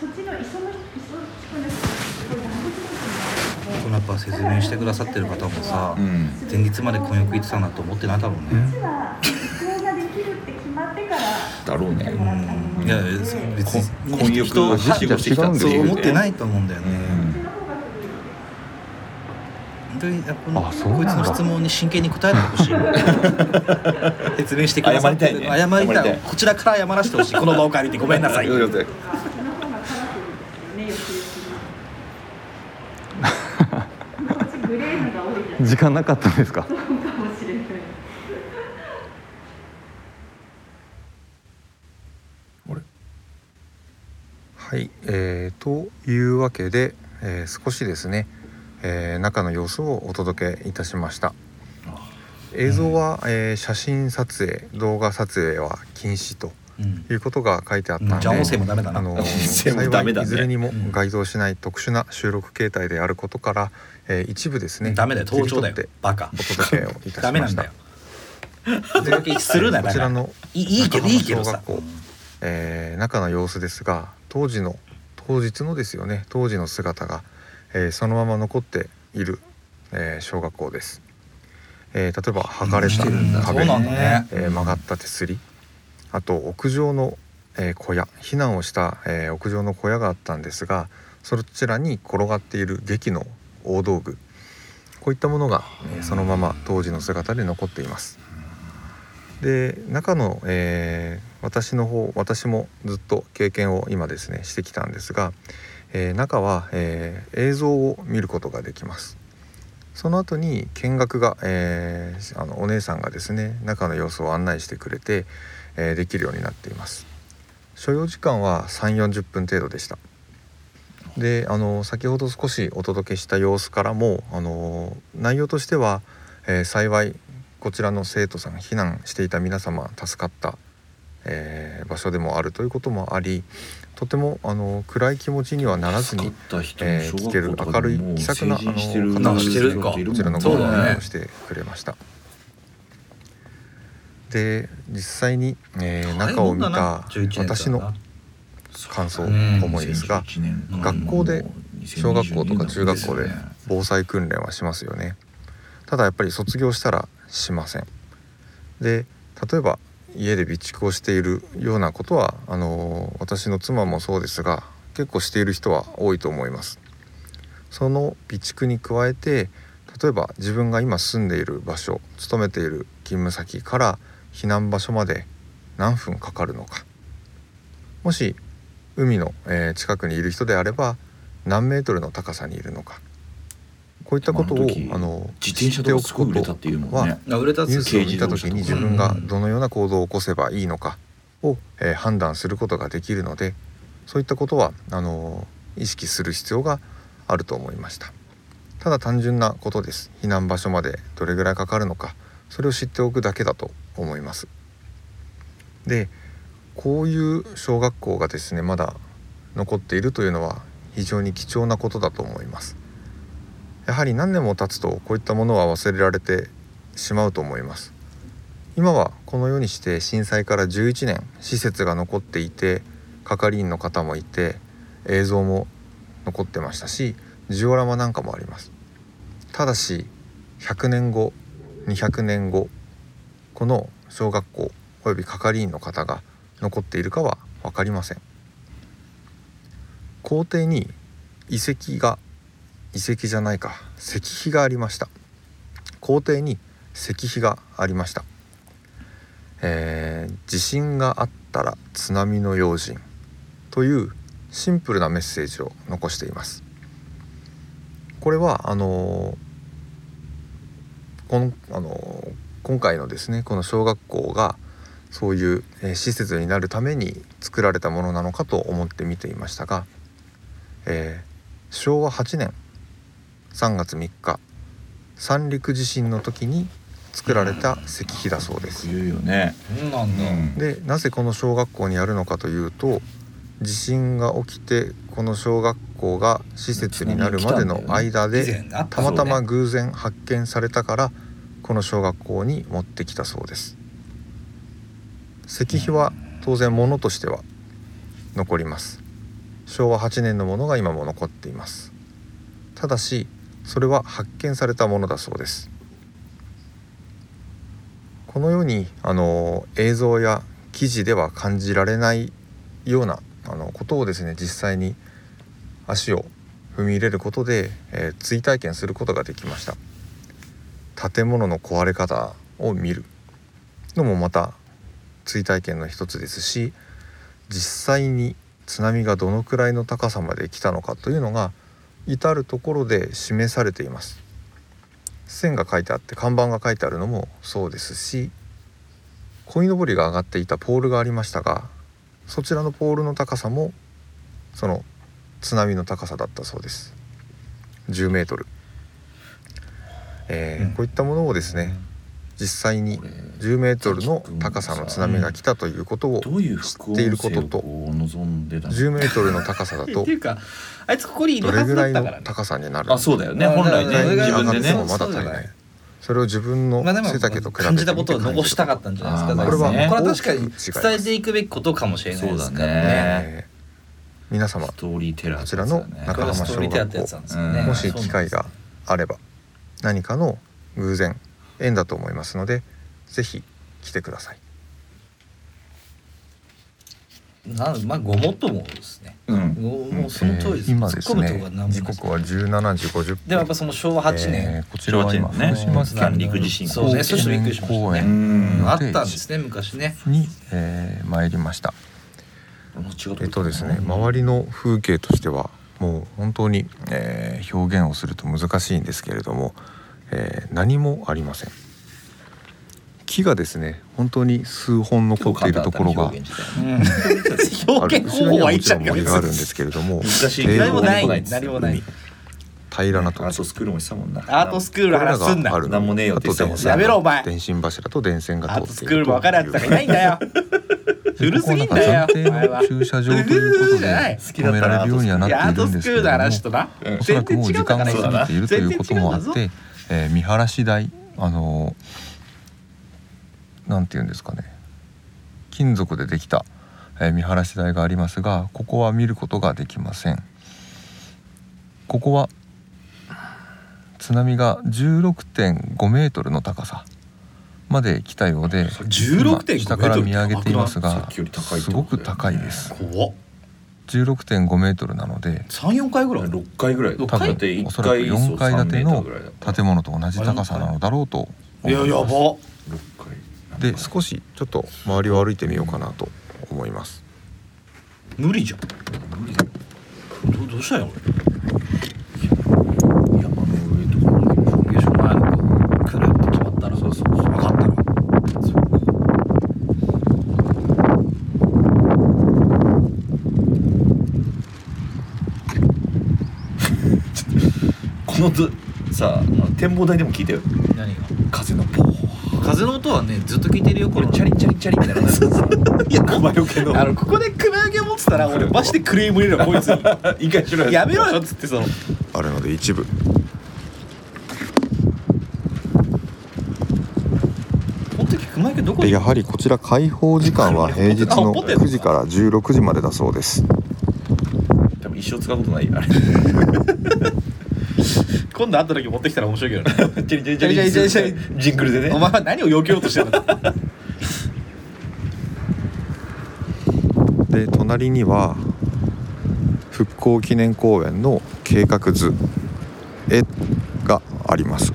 Speaker 9: そっちの磯の人磯地区の人すごい長く
Speaker 3: そのやっぱ説明してくださってる方もさ
Speaker 4: うん
Speaker 3: 前日まで婚約行ってたなと思ってないだろう
Speaker 9: 実
Speaker 3: ね
Speaker 9: は移行ができるって決まってから
Speaker 4: だろうね
Speaker 9: もらったと思うの
Speaker 3: いや
Speaker 9: で
Speaker 3: 別
Speaker 9: こっ
Speaker 3: に
Speaker 4: 婚約
Speaker 3: 人
Speaker 4: を
Speaker 3: は
Speaker 1: じゃ
Speaker 4: してきた
Speaker 3: そう思って
Speaker 4: い
Speaker 3: ないと思うんだよね、
Speaker 9: ちの方が古いので
Speaker 3: 本当にこの
Speaker 1: あそうなんだ
Speaker 3: こいつの質問に真剣に答えてほ しい説明してくださって
Speaker 4: 謝
Speaker 3: る
Speaker 4: りたいね
Speaker 3: 謝りたい
Speaker 4: 謝りたい
Speaker 3: こちらから謝らせてほしいこの場を借りてごめんなさい
Speaker 4: うん
Speaker 9: とかその方がカラフルですよねよくよくこっちグレーのが多いじゃない
Speaker 1: 時間なかったですか。
Speaker 9: かもしれない
Speaker 1: はい、えー、というわけで、えー少しですね、えー中の様子をお届けいたしました映像は、えー写真撮影動画撮影は禁止と
Speaker 3: うん
Speaker 1: いうことが書いてあった
Speaker 3: うん
Speaker 1: ん
Speaker 3: じ
Speaker 1: で、
Speaker 3: ゃあ音声もダメだな
Speaker 1: あ のー
Speaker 4: 音声もダ
Speaker 1: 幸
Speaker 4: メだ
Speaker 1: い
Speaker 4: ね
Speaker 1: いずれにも
Speaker 3: うん
Speaker 1: 該当しない特殊な収録形態であることから、えー一部ですね
Speaker 3: ダメだよ
Speaker 1: 切
Speaker 3: 盗
Speaker 1: り
Speaker 3: 聴
Speaker 1: 取
Speaker 3: だ
Speaker 1: っ
Speaker 3: よ
Speaker 1: て
Speaker 3: バカ
Speaker 1: お届けをいたしました
Speaker 3: ダメなんだよ
Speaker 1: お
Speaker 3: 届けするなよ
Speaker 1: こちらの
Speaker 3: いいいいけどいいけど
Speaker 1: 小
Speaker 3: さ
Speaker 1: 学校、えー中の様子ですが当時の当日のですよね当時の姿が、えーそのまま残っている、えー小学校です、えー例えば剥がれた
Speaker 3: うんそう
Speaker 1: 壁、
Speaker 3: なんだね
Speaker 1: えー曲がった手すりあと屋上の、えー小屋避難をした、えー屋上の小屋があったんですがそちらに転がっている劇の大道具こういったものが、えーそのまま当時の姿で残っています。で中の、えー私の方私もずっと経験を今ですねしてきたんですが、えー中は、えー映像を見ることができます。その後に見学が、えーあのお姉さんがですね中の様子を案内してくれて、えーできるようになっています所要時間は3 4 0分程度でしたであの先ほど少しお届けした様子からもあの内容としては、えー幸いこちらの生徒さん避難していた皆様助かった、えー場所でもあるということもありとてもあの暗い気持ちにはならずに
Speaker 4: た人の小学校とかでも
Speaker 1: えー聞ける明るい
Speaker 4: う
Speaker 1: 気さくな
Speaker 4: 成人して
Speaker 1: あ
Speaker 4: る
Speaker 1: の
Speaker 3: 方してるか
Speaker 4: 人い
Speaker 1: こ
Speaker 4: もん
Speaker 1: ちらの
Speaker 3: そ
Speaker 1: ご
Speaker 3: うだね
Speaker 1: 案内をしてくれました。で実際に、えー中を見た私の感想
Speaker 3: うん
Speaker 1: 思いですが
Speaker 4: 2011年か
Speaker 1: 学校で
Speaker 4: もう
Speaker 1: 小学校とか中学校
Speaker 4: 2022
Speaker 1: で
Speaker 4: 年なんすね
Speaker 1: 防災訓練はしますよねただやっぱり卒業したらしませんで例えば家で備蓄をしているようなことはあのー私の妻もそうですが結構している人は多いと思いますその備蓄に加えて例えば自分が今住んでいる場所勤めている勤務先から避難場所まで何分かかるのかもし海の、えー近くにいる人であれば何メートルの高さにいるのかこういったことを
Speaker 4: あの時
Speaker 1: あの
Speaker 4: 自転車とかすごい売れたっていうもんね
Speaker 3: あ売れたっ
Speaker 1: ニュー
Speaker 3: つ
Speaker 1: スを見た時に自分がどのような行動を起こせばいいのかを、えー判断することができるのでそういったことはあのー意識する必要があると思いましたただ単純なことです避難場所までどれぐらいかかるのかそれを知っておくだけだと思いますでこういう小学校がですねまだ残っているというのは非常に貴重なことだと思いますやはり何年も経つとこういったものは忘れられてしまうと思います今はこのようにして震災から11年施設が残っていて係員の方もいて映像も残ってましたしジオラマなんかもありますただし100年後200年後この小学校および係員の方が残っているかは分かりません校庭に遺跡が遺跡じゃないか石碑がありました校庭に石碑がありました、えー地震があったら津波の用心というシンプルなメッセージを残していますこれはあのこのあの今回のですねこの小学校がそういう、えー施設になるために作られたものなのかと思って見ていましたが、えー昭和8年3月3日三陸地震の時に作られた石碑だそうです。
Speaker 4: 言うよね
Speaker 3: そうなんだ、
Speaker 1: でなぜこの小学校にあるのかというと地震が起きてこの小学校が施設になるまでの間
Speaker 3: 以
Speaker 1: で
Speaker 3: 前あった
Speaker 1: た
Speaker 3: そう
Speaker 1: ま
Speaker 3: ね
Speaker 1: たま偶然発見されたからこの小学校に持ってきたそうです石碑は当然物としては残ります昭和8年のものが今も残っていますただしそれは発見されたものだそうですこのようにあの映像や記事では感じられないようなあのことをですね実際に足を踏み入れることで、えー追体験することができました建物の壊れ方を見るのもまた追体験の一つですし実際に津波がどのくらいの高さまで来たのかというのが至る所で示されています線が書いてあって看板が書いてあるのもそうですし鯉のぼりが上がっていたポールがありましたがそちらのポールの高さもその津波の高さだったそうです10メートル、えー
Speaker 4: うん
Speaker 1: こういったものをですね実際に10メートルの高さの津波が来たということを
Speaker 4: どういう副音
Speaker 1: 知ってい
Speaker 4: 声
Speaker 1: ること
Speaker 4: を
Speaker 1: と
Speaker 4: こう望んでたの
Speaker 1: 10メートルの高さだ
Speaker 3: っ
Speaker 1: と
Speaker 3: ていうかあいつここにいる
Speaker 1: どれ
Speaker 3: はず
Speaker 1: ぐ
Speaker 3: だ
Speaker 1: らい
Speaker 3: った
Speaker 1: の
Speaker 3: からね
Speaker 1: 高さになる
Speaker 4: あそうだよね
Speaker 3: あ
Speaker 4: 本来ね
Speaker 3: だから
Speaker 4: 自
Speaker 1: 上がっ
Speaker 4: 分で
Speaker 1: ても
Speaker 4: ね
Speaker 1: まだ足り
Speaker 3: そうじゃ
Speaker 1: な
Speaker 3: ない
Speaker 1: いそれを自分の
Speaker 3: まあでも
Speaker 1: 背丈と比べて
Speaker 3: 感じたことを残したかったんじゃないですか
Speaker 4: あー
Speaker 3: これは
Speaker 4: まあ
Speaker 3: これは確か
Speaker 1: 大きく違い
Speaker 3: に
Speaker 1: ます
Speaker 3: 伝えていくべきことかもしれないですから
Speaker 4: そうだ
Speaker 3: ね
Speaker 4: ね
Speaker 1: えー皆様
Speaker 4: ストーリーテラーってやつだね
Speaker 1: こちらの中
Speaker 3: これがストーリーテラーってやつなんですよね
Speaker 4: うん
Speaker 1: もし機会があれば何かの偶然縁だと思いますのでぜひ来てください
Speaker 3: なまあごもっともですね
Speaker 4: うん
Speaker 3: ごもうその通りです、
Speaker 1: えー今です
Speaker 3: 突っ込むと
Speaker 1: ね
Speaker 3: こが何もない
Speaker 1: 時刻は17時50分
Speaker 3: でもやっぱその昭和8年、
Speaker 1: えーこちらは今
Speaker 4: 昭和天皇
Speaker 1: 福
Speaker 4: ね
Speaker 1: 島
Speaker 4: 三
Speaker 1: 県
Speaker 4: 陸地震
Speaker 3: そうねそしてびっくりしましたね
Speaker 1: 公
Speaker 4: う
Speaker 1: 園
Speaker 4: ん
Speaker 1: ー
Speaker 3: あったんですね昔ね
Speaker 1: に、えー参りましたえっとですね周りの風景としてはもう本当に、えー表現をすると難しいんですけれども、えー何もありません木がですね本当に数本残っているところが
Speaker 4: 表現自体
Speaker 3: うん
Speaker 1: あ
Speaker 3: 表
Speaker 1: る
Speaker 3: 現
Speaker 1: 後ろに
Speaker 3: 方法
Speaker 1: は
Speaker 3: は
Speaker 1: も
Speaker 3: いっ
Speaker 1: ち
Speaker 3: ちゃ
Speaker 1: ろ
Speaker 3: うんけど
Speaker 1: 森があるんですけれども
Speaker 4: 難しい
Speaker 1: 堤
Speaker 3: 何
Speaker 1: 防
Speaker 3: も
Speaker 1: が
Speaker 3: な
Speaker 4: 堤
Speaker 3: い
Speaker 4: 防
Speaker 3: 何もない
Speaker 1: 平らな
Speaker 4: ア
Speaker 1: 土
Speaker 4: ート
Speaker 1: 地
Speaker 4: スクールもしたもんな
Speaker 3: アートスクー
Speaker 1: こ
Speaker 3: ル
Speaker 1: れ
Speaker 3: 話
Speaker 1: ら
Speaker 3: すんな
Speaker 1: がある
Speaker 4: なんもねえよ
Speaker 1: の
Speaker 4: って言ってたもん
Speaker 1: あと電線
Speaker 3: やめろお前
Speaker 1: 電信柱と電線が
Speaker 3: アー
Speaker 1: 通
Speaker 3: ト
Speaker 1: っ
Speaker 3: ス
Speaker 1: てい
Speaker 3: クール
Speaker 1: ると
Speaker 3: も分かるやつなんかいないん だよ古すぎんだよ
Speaker 1: ここはなんか暫定の駐車場ということで止められるようにはなっ
Speaker 3: いやアー
Speaker 1: ている
Speaker 3: ト
Speaker 1: ん
Speaker 3: ス
Speaker 1: です
Speaker 3: ク
Speaker 1: けれ
Speaker 3: ール
Speaker 1: ど
Speaker 3: の話
Speaker 1: も
Speaker 3: とな
Speaker 1: おそらくもう時間が
Speaker 3: 全然違うんだから
Speaker 1: 過ぎているということもあっ
Speaker 3: 全
Speaker 1: て、えー見晴らし台あのーなんていうんですかね金属でできた、えー見晴らし台がありますがここは見ることができませんここは津波が16.5メートルの高さまで来たようで今
Speaker 3: 16.5
Speaker 1: 下から見上げています
Speaker 4: メートルっ
Speaker 1: が
Speaker 4: て高くないさっきより高いって
Speaker 1: す
Speaker 4: ことだよ
Speaker 1: ご
Speaker 4: ね
Speaker 1: く高いです
Speaker 3: 怖っ
Speaker 1: 16.5メートルなので
Speaker 3: 34回ぐらい
Speaker 4: 六回ぐらい
Speaker 3: 六
Speaker 1: 多
Speaker 3: 階
Speaker 1: 分
Speaker 4: って一
Speaker 1: おそらく
Speaker 4: 階
Speaker 1: 4階建ての建
Speaker 4: 物
Speaker 1: 物と同じ高さなのだろうと
Speaker 3: いや
Speaker 1: 思い
Speaker 3: や
Speaker 1: ます
Speaker 3: ば
Speaker 4: 六階
Speaker 1: で少しちょっと周りを歩いてみようかなと思います
Speaker 3: 無理じゃん
Speaker 4: 無理だよ
Speaker 3: どどうしたよ
Speaker 4: 山の上とかに
Speaker 3: 俺よいしょ前の子くるっと止まったらそうそう分かったの
Speaker 4: このずさあ展望台でも聞いたよ
Speaker 3: 何が
Speaker 4: 風のポー
Speaker 3: 風の音はねずっと聞いてるよこ
Speaker 4: これ
Speaker 3: の
Speaker 4: チャリチャリチャリみたいな
Speaker 3: リいや
Speaker 4: 熊よけの
Speaker 3: あのここで熊よけ持ってたら俺マジでクレーム入れるわこいつに
Speaker 4: 一回しろよ
Speaker 3: やめろよっつってその
Speaker 1: あるので一部
Speaker 3: 本当に熊よけどこ
Speaker 1: で
Speaker 3: に
Speaker 1: やはりこちら開放時間 は平日の9時から16時までだそうです
Speaker 4: 多分一生使うことない あれ
Speaker 3: 今度会った時持ってきたら面白いけどね
Speaker 4: チャリチャリ
Speaker 3: チャリチャリチャリチャ
Speaker 4: ジングルでね
Speaker 3: お前は何を要求ようとしてるんだ
Speaker 1: で隣には復興記念公園の計画図絵があります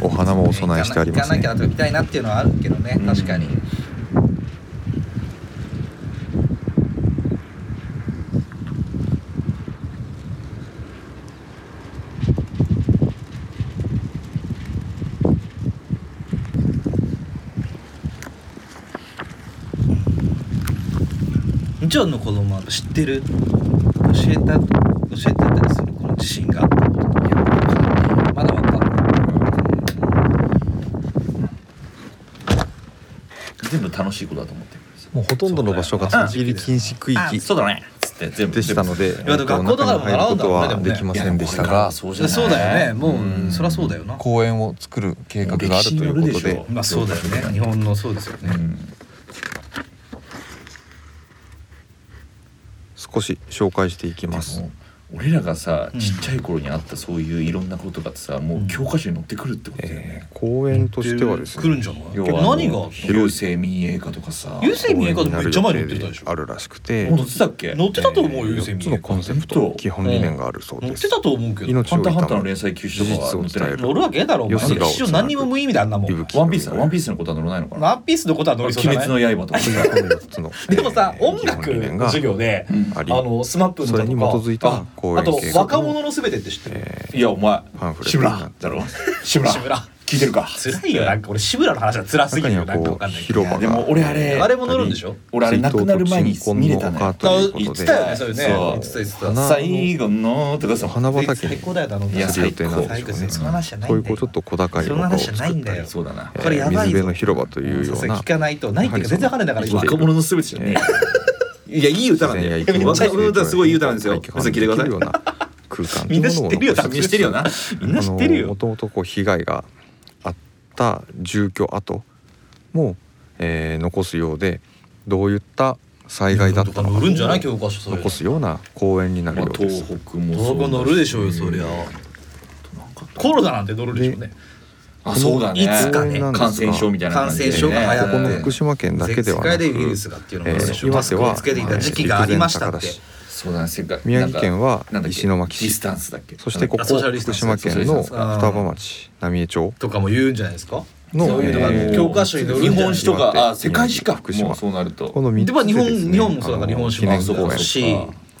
Speaker 1: お花もお供えしてあります
Speaker 3: 行かなき
Speaker 1: ね
Speaker 3: ゃなとか見たいなっていうのはあるけどね
Speaker 4: うん
Speaker 3: 確かにちゃんの子供は知ってる教えた教えてたりするこの自信があったこととかまだわかんない
Speaker 4: 全部楽しいことだと思ってるんですよ
Speaker 1: もうほとんどの場所が立ち入り禁止区
Speaker 4: あ
Speaker 1: 域
Speaker 4: そうだねっつって全部
Speaker 1: でしたので、
Speaker 3: いやでも学校とかでも習うんだろうね
Speaker 1: 中に入ることはできませんでした
Speaker 4: いやこれから
Speaker 1: が
Speaker 4: は、そうじゃない
Speaker 3: そうだよねもう、
Speaker 1: うん
Speaker 3: そりゃそうだよな
Speaker 1: 公園を作る計画があるということで、
Speaker 3: まあそうだよね日本のそうですよね、
Speaker 1: 少し紹介していきます
Speaker 4: も。う俺らがさ
Speaker 3: うん
Speaker 4: ちっちゃい頃にあったそういういろんなことがさもう教科書に載ってくるってことだよ
Speaker 1: え
Speaker 4: ね
Speaker 1: ー公園としてはです
Speaker 3: 来るん
Speaker 1: ね、
Speaker 3: じゃない
Speaker 4: 要
Speaker 3: 何
Speaker 4: は
Speaker 3: があ
Speaker 4: あ
Speaker 3: っ
Speaker 4: の
Speaker 3: た
Speaker 4: 郵政民営化とかさ
Speaker 3: 郵政民営化で
Speaker 1: 公
Speaker 3: め
Speaker 1: 園
Speaker 3: っ
Speaker 1: に
Speaker 3: ちゃ前
Speaker 1: な
Speaker 3: に
Speaker 1: る予
Speaker 3: 乗ってたでし
Speaker 1: 定
Speaker 3: ょ
Speaker 1: あるらしくて、
Speaker 4: もう載ってたっけ
Speaker 3: 乗ってたと思うよ
Speaker 1: 4
Speaker 3: 郵政
Speaker 1: つ
Speaker 3: 民
Speaker 1: の
Speaker 3: 営化
Speaker 1: コンセプト
Speaker 4: 本当
Speaker 1: 基本理念があるそう
Speaker 3: 乗
Speaker 1: で
Speaker 3: っ
Speaker 1: す
Speaker 3: て。たと思うけど
Speaker 1: 命
Speaker 4: ハン
Speaker 1: を
Speaker 4: ターハンター
Speaker 1: 悼
Speaker 4: の
Speaker 1: む
Speaker 4: 連載休止とかは載って
Speaker 1: 事実を
Speaker 4: ない
Speaker 1: 伝
Speaker 4: の
Speaker 1: え
Speaker 3: 乗るわけねえだろお前
Speaker 1: よしが
Speaker 3: 史上何にも無意味だあんなもん
Speaker 1: 息吹
Speaker 4: ワ
Speaker 3: ワ
Speaker 4: ンピースだワンピースのことは載らないのかな
Speaker 3: ンピースのことは乗り
Speaker 4: 鬼
Speaker 3: そうじゃな
Speaker 4: 滅
Speaker 3: い
Speaker 4: の刃 とか
Speaker 1: こんなこの4つの
Speaker 3: でもさ
Speaker 1: えー
Speaker 3: 音楽
Speaker 1: 基本理念
Speaker 3: の
Speaker 1: が
Speaker 3: 授業で
Speaker 1: あ
Speaker 3: あ
Speaker 1: り
Speaker 3: のスマップの歌とか
Speaker 1: それに基づいた
Speaker 3: あ
Speaker 1: 公演
Speaker 3: あと
Speaker 1: 計画の
Speaker 3: 若者のすべてって知ってる
Speaker 4: いやお前
Speaker 1: パンフレッ
Speaker 4: 志
Speaker 1: トにな
Speaker 4: 村
Speaker 1: って
Speaker 4: だ ろ志村
Speaker 3: 志村
Speaker 4: 聞いてるか
Speaker 3: 辛いよなんか俺志村の話は辛すぎ
Speaker 1: 中
Speaker 3: る
Speaker 1: に
Speaker 3: よ
Speaker 1: は
Speaker 3: なん
Speaker 1: こ
Speaker 3: かわ
Speaker 1: う
Speaker 3: かんないけど
Speaker 1: 広場が
Speaker 4: でも俺あれ
Speaker 3: あれも乗るんでしょ
Speaker 4: 俺あれ亡くなる前に見れた
Speaker 1: 水
Speaker 4: ね
Speaker 1: 筒と鎮魂の丘と
Speaker 3: あ
Speaker 1: いう
Speaker 3: 言っ
Speaker 1: こと
Speaker 3: て
Speaker 1: で
Speaker 3: たよねそれね
Speaker 4: そう
Speaker 3: 言ってた言ってた
Speaker 1: 花
Speaker 4: 最後のとかさ
Speaker 1: 花畑
Speaker 3: 最
Speaker 1: に
Speaker 3: 高だよなあの
Speaker 4: いや
Speaker 1: する予定なんで
Speaker 3: 最
Speaker 1: しょ
Speaker 3: 高
Speaker 1: う
Speaker 3: 最
Speaker 1: ね
Speaker 3: 高その話じゃない
Speaker 1: こうんいう
Speaker 3: だよ
Speaker 1: こうちょっと小高い
Speaker 3: そ
Speaker 1: の
Speaker 3: の
Speaker 1: を
Speaker 3: 話じ
Speaker 1: 作
Speaker 3: ゃ
Speaker 1: っ
Speaker 3: ないんだ
Speaker 1: た
Speaker 3: よ
Speaker 4: そうだな
Speaker 1: えー
Speaker 3: これやばいぞ
Speaker 1: 水辺の広場というよ
Speaker 3: そうれ
Speaker 1: な
Speaker 3: 聞かないとないっていうか全然わかんないんだから今
Speaker 4: 若者のすべてじゃねえいやいい歌なんだよ
Speaker 1: 自然や
Speaker 4: 若者の歌はすごいいい歌なんですよ
Speaker 1: 生き
Speaker 4: 皆
Speaker 1: 物
Speaker 4: さん聞
Speaker 1: 生き物が生きるような空間
Speaker 4: いてください
Speaker 3: みんな知ってるよ
Speaker 1: と
Speaker 4: 多
Speaker 1: いうものを残して
Speaker 4: 分知ってるよなみんな知ってる
Speaker 1: も
Speaker 4: よ
Speaker 1: ともとこう被害があった住居跡も、えー残すようでどういった災害だったの
Speaker 3: 乗
Speaker 1: か
Speaker 3: るんじゃない教科書それ
Speaker 1: 残すような公園になる
Speaker 4: ま
Speaker 1: よ
Speaker 4: あ
Speaker 1: うです
Speaker 4: 東。北も
Speaker 3: 東
Speaker 4: だ
Speaker 3: 京
Speaker 4: し
Speaker 3: 乗るでしょうよそりゃコロナなんて乗るでしょうね
Speaker 4: あそうだね
Speaker 3: いつかね
Speaker 4: 感染症みたいな感じでね
Speaker 3: 感染症が流行っ
Speaker 1: こ
Speaker 3: て
Speaker 1: この福島県だけではな
Speaker 3: 世界
Speaker 1: く、
Speaker 3: でウイルスがっていうのもあるでしょ
Speaker 1: えー
Speaker 3: マスクをつけていた時期がありました
Speaker 1: えー
Speaker 3: っ
Speaker 1: 陸前
Speaker 3: て
Speaker 1: 高田市
Speaker 4: そうだね世界
Speaker 1: 宮城県は
Speaker 4: なんだっけ
Speaker 1: 石巻
Speaker 4: ディス
Speaker 1: 市
Speaker 4: タンスだっけ
Speaker 1: そしてここ
Speaker 3: あソーシャルディスタ
Speaker 1: 福
Speaker 3: ンス
Speaker 1: 島県の双
Speaker 4: ソーシャルディスタ
Speaker 3: ンス
Speaker 1: 葉町浪江町
Speaker 3: とかも言うんじゃないですか
Speaker 1: の
Speaker 4: そういうのが
Speaker 1: えー
Speaker 4: 教
Speaker 3: 科書に載る
Speaker 4: 日本史とかあ世界史か
Speaker 1: 福島
Speaker 4: もうそうなると
Speaker 1: この3つ
Speaker 3: でまあ日
Speaker 1: で
Speaker 3: 本
Speaker 1: ですね
Speaker 3: 日本もそうだから日本史も
Speaker 1: あの記念公
Speaker 3: そう
Speaker 1: 園
Speaker 3: だし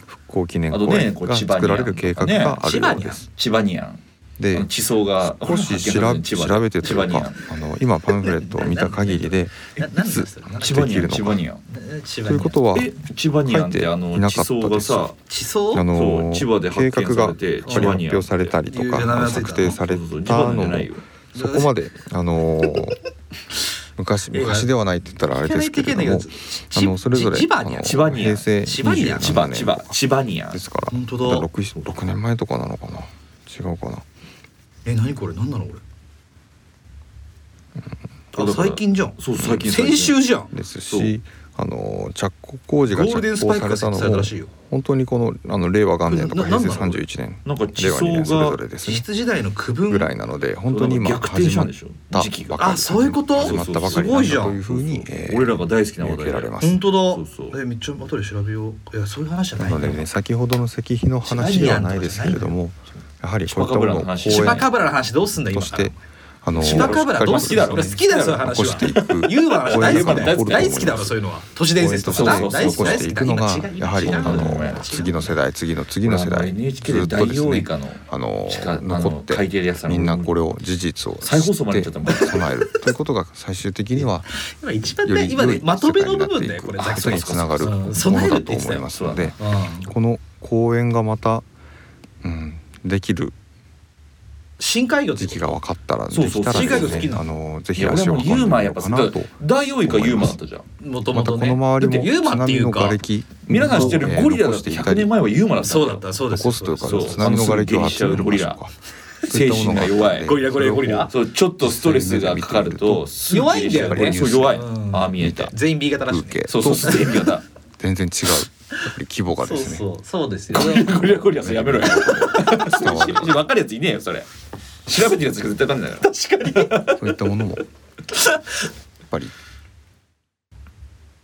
Speaker 1: 復興記念
Speaker 4: あと
Speaker 1: 公
Speaker 4: ね
Speaker 1: 園
Speaker 4: こう
Speaker 1: が
Speaker 4: 千葉にあ
Speaker 1: 作ら
Speaker 4: る
Speaker 1: れる計画があるようです。
Speaker 4: 千葉ニアンあ
Speaker 1: で
Speaker 4: の地層が
Speaker 1: 少し調べ調べてと
Speaker 4: 千
Speaker 1: い
Speaker 4: 葉
Speaker 1: う
Speaker 4: ニア
Speaker 1: か
Speaker 4: ン
Speaker 1: あの今パンフレットを見た限りで
Speaker 3: ない何
Speaker 1: つ
Speaker 3: がそれなんか
Speaker 4: 千葉ニアン
Speaker 1: でき
Speaker 4: 千
Speaker 1: るの
Speaker 4: 葉
Speaker 1: か
Speaker 4: ニアン
Speaker 3: 千
Speaker 1: ということは
Speaker 4: え千葉ニアン
Speaker 1: 書
Speaker 4: っ
Speaker 1: い
Speaker 4: て
Speaker 1: て
Speaker 4: あ
Speaker 1: い
Speaker 4: の
Speaker 1: な
Speaker 4: 地
Speaker 1: かった
Speaker 4: 層が
Speaker 1: です
Speaker 4: さ
Speaker 3: 地層
Speaker 1: あの
Speaker 4: そう千葉で
Speaker 1: 計
Speaker 4: 発
Speaker 1: 画が
Speaker 4: 見され
Speaker 1: 仮
Speaker 4: て
Speaker 1: に発表されたりと
Speaker 3: 千葉にあ
Speaker 1: か
Speaker 3: る
Speaker 1: 策定され
Speaker 4: そうそう
Speaker 1: たの
Speaker 4: 千葉なん
Speaker 1: も
Speaker 4: てないよ
Speaker 1: そこまであの 昔昔ではないって言ったらあれですけれどもあのそれぞれ
Speaker 3: 千葉
Speaker 1: あの
Speaker 3: にある
Speaker 4: 千葉に
Speaker 1: 平成
Speaker 3: 千葉にある
Speaker 1: 27
Speaker 4: 千葉
Speaker 1: 年
Speaker 4: 千葉千葉ニアン
Speaker 1: ですから
Speaker 3: 本当だ
Speaker 1: まだ 6, 6年前とかなのかな違うかな
Speaker 3: え何これ何なのこ
Speaker 4: あだ
Speaker 3: れあ
Speaker 4: から
Speaker 3: 最近じゃん
Speaker 4: そう最近
Speaker 3: 先週じゃん
Speaker 1: です
Speaker 4: そう
Speaker 1: しあの着工工事が
Speaker 3: ゴールデ
Speaker 1: 着
Speaker 3: ンス
Speaker 1: 工
Speaker 3: パイ
Speaker 1: さ
Speaker 3: クが
Speaker 1: れ
Speaker 3: 設
Speaker 1: たの
Speaker 3: 置された
Speaker 1: も
Speaker 3: らしいよ
Speaker 1: 本当にこのあの令和元年とか
Speaker 3: なな
Speaker 1: 平
Speaker 3: ん
Speaker 1: 成
Speaker 3: なの
Speaker 1: 31年
Speaker 4: なんか地
Speaker 1: 令和
Speaker 4: 層
Speaker 1: 2年それぞ
Speaker 4: が
Speaker 1: れです
Speaker 3: 地
Speaker 1: ね
Speaker 3: 質時代の区分
Speaker 1: ぐらいなので本当に今
Speaker 4: 逆転し
Speaker 1: 始
Speaker 4: た
Speaker 1: ま
Speaker 4: ん
Speaker 1: っ
Speaker 4: でしょ
Speaker 1: た
Speaker 4: 時期が
Speaker 1: ばかり
Speaker 3: あそういうこと
Speaker 1: 始まったばかり
Speaker 3: すご
Speaker 1: ないん
Speaker 3: じゃ
Speaker 1: だ
Speaker 3: ん
Speaker 1: というふうにえー
Speaker 4: 俺らが大好きな話
Speaker 1: 見
Speaker 4: 題
Speaker 1: 受けられます
Speaker 3: 本当だ
Speaker 4: そうそう
Speaker 3: えめっちゃ後で調べよういやそういう話じゃな
Speaker 1: ないのでね先ほどの石碑の話ではないですけれどもやはりこういったものを公
Speaker 4: 千
Speaker 3: 千葉
Speaker 1: 園
Speaker 3: カブラの話どうすんだ
Speaker 1: と
Speaker 3: 今
Speaker 1: し
Speaker 3: から
Speaker 1: てあの
Speaker 3: 千葉カブラどうすんだろ俺好きだよそういう話
Speaker 1: 残してい
Speaker 3: は
Speaker 1: く
Speaker 3: ユーマの話大好きだよ大好きだろそういう
Speaker 1: の
Speaker 3: のは都市伝説とかな
Speaker 4: そうそうそう
Speaker 1: 残
Speaker 3: 大好き大
Speaker 1: して
Speaker 3: 好き
Speaker 1: い
Speaker 3: だ
Speaker 1: くのが
Speaker 3: 今違う
Speaker 1: やはり
Speaker 3: 違う
Speaker 1: あ
Speaker 3: 違う
Speaker 1: の次の世代次の次の世
Speaker 4: 俺あ
Speaker 1: 代
Speaker 4: の
Speaker 1: ず
Speaker 4: NHK で
Speaker 1: っとです
Speaker 4: 大王以
Speaker 1: ね
Speaker 4: 下の
Speaker 1: あの
Speaker 4: 地下あの
Speaker 1: 残って
Speaker 4: 海底でやってたの
Speaker 1: みんなこれを事実を知
Speaker 4: 再放送まで
Speaker 1: っ
Speaker 4: やっちゃったもん
Speaker 1: て備えるということが最終的には
Speaker 3: 今一番
Speaker 1: よ
Speaker 3: ね
Speaker 1: り
Speaker 3: 今
Speaker 1: 良
Speaker 3: ね
Speaker 1: い
Speaker 3: まと
Speaker 1: 世
Speaker 3: め
Speaker 1: 界
Speaker 3: の
Speaker 1: になっ
Speaker 3: 部分
Speaker 1: て
Speaker 3: だ
Speaker 1: いく
Speaker 3: よこれ
Speaker 1: あことにつながる
Speaker 3: う
Speaker 1: も
Speaker 3: ん
Speaker 1: の
Speaker 3: 備えるっ
Speaker 1: だ
Speaker 3: て
Speaker 1: と
Speaker 3: 言って
Speaker 1: 思
Speaker 3: た
Speaker 1: い
Speaker 3: よ
Speaker 1: ますので
Speaker 3: うん
Speaker 1: この公園がまた、うん、できる
Speaker 3: 深海魚って
Speaker 1: 時期
Speaker 3: こと
Speaker 1: が分かったらで
Speaker 4: そうそう
Speaker 1: きたら
Speaker 3: 深海魚
Speaker 1: です
Speaker 3: 好きな
Speaker 1: ねあのぜ
Speaker 4: い
Speaker 1: ひ
Speaker 4: や俺
Speaker 1: 足を
Speaker 4: も
Speaker 1: 運ん
Speaker 4: ユ
Speaker 1: で
Speaker 4: ー
Speaker 1: み
Speaker 4: マや
Speaker 1: よ
Speaker 4: っ
Speaker 1: う
Speaker 4: ぱ
Speaker 1: かなと
Speaker 4: 大王以下ユーマだったじゃん
Speaker 3: もとも
Speaker 1: また
Speaker 3: と
Speaker 1: こ
Speaker 3: ね
Speaker 1: の周り
Speaker 3: だってユー
Speaker 1: も
Speaker 3: マ
Speaker 1: 津
Speaker 3: ってい
Speaker 1: 波
Speaker 3: う
Speaker 1: の
Speaker 3: か
Speaker 1: 瓦礫
Speaker 4: 皆さん知ってる
Speaker 1: えー
Speaker 4: ゴリラだ
Speaker 1: 残
Speaker 4: っ
Speaker 1: していた
Speaker 4: 100
Speaker 1: り
Speaker 4: 年前はユーマだった
Speaker 3: そうだったそうです
Speaker 1: 残すというか
Speaker 4: そう
Speaker 1: 津波の瓦礫を集める場所
Speaker 4: あの
Speaker 1: か
Speaker 4: 精神が弱い
Speaker 3: ゴリラゴリラゴリラ
Speaker 4: そうちょっとストレスがかかるとすぐ切れちゃう
Speaker 3: 弱いんだよね
Speaker 4: そう弱い
Speaker 3: うん
Speaker 4: ああ見えた
Speaker 3: 全員 B 型らしいね
Speaker 1: 風景
Speaker 4: そうそうそう全員がだ
Speaker 1: 全然違うやっぱり規模が
Speaker 3: そ
Speaker 1: で
Speaker 3: う
Speaker 1: すね
Speaker 3: そうそうですよ
Speaker 4: ゴリラゴリラゴリラそれやめろよ 分かるやついねえよそれ調べてるやつが絶対分かんないから
Speaker 1: そういったものもやっぱり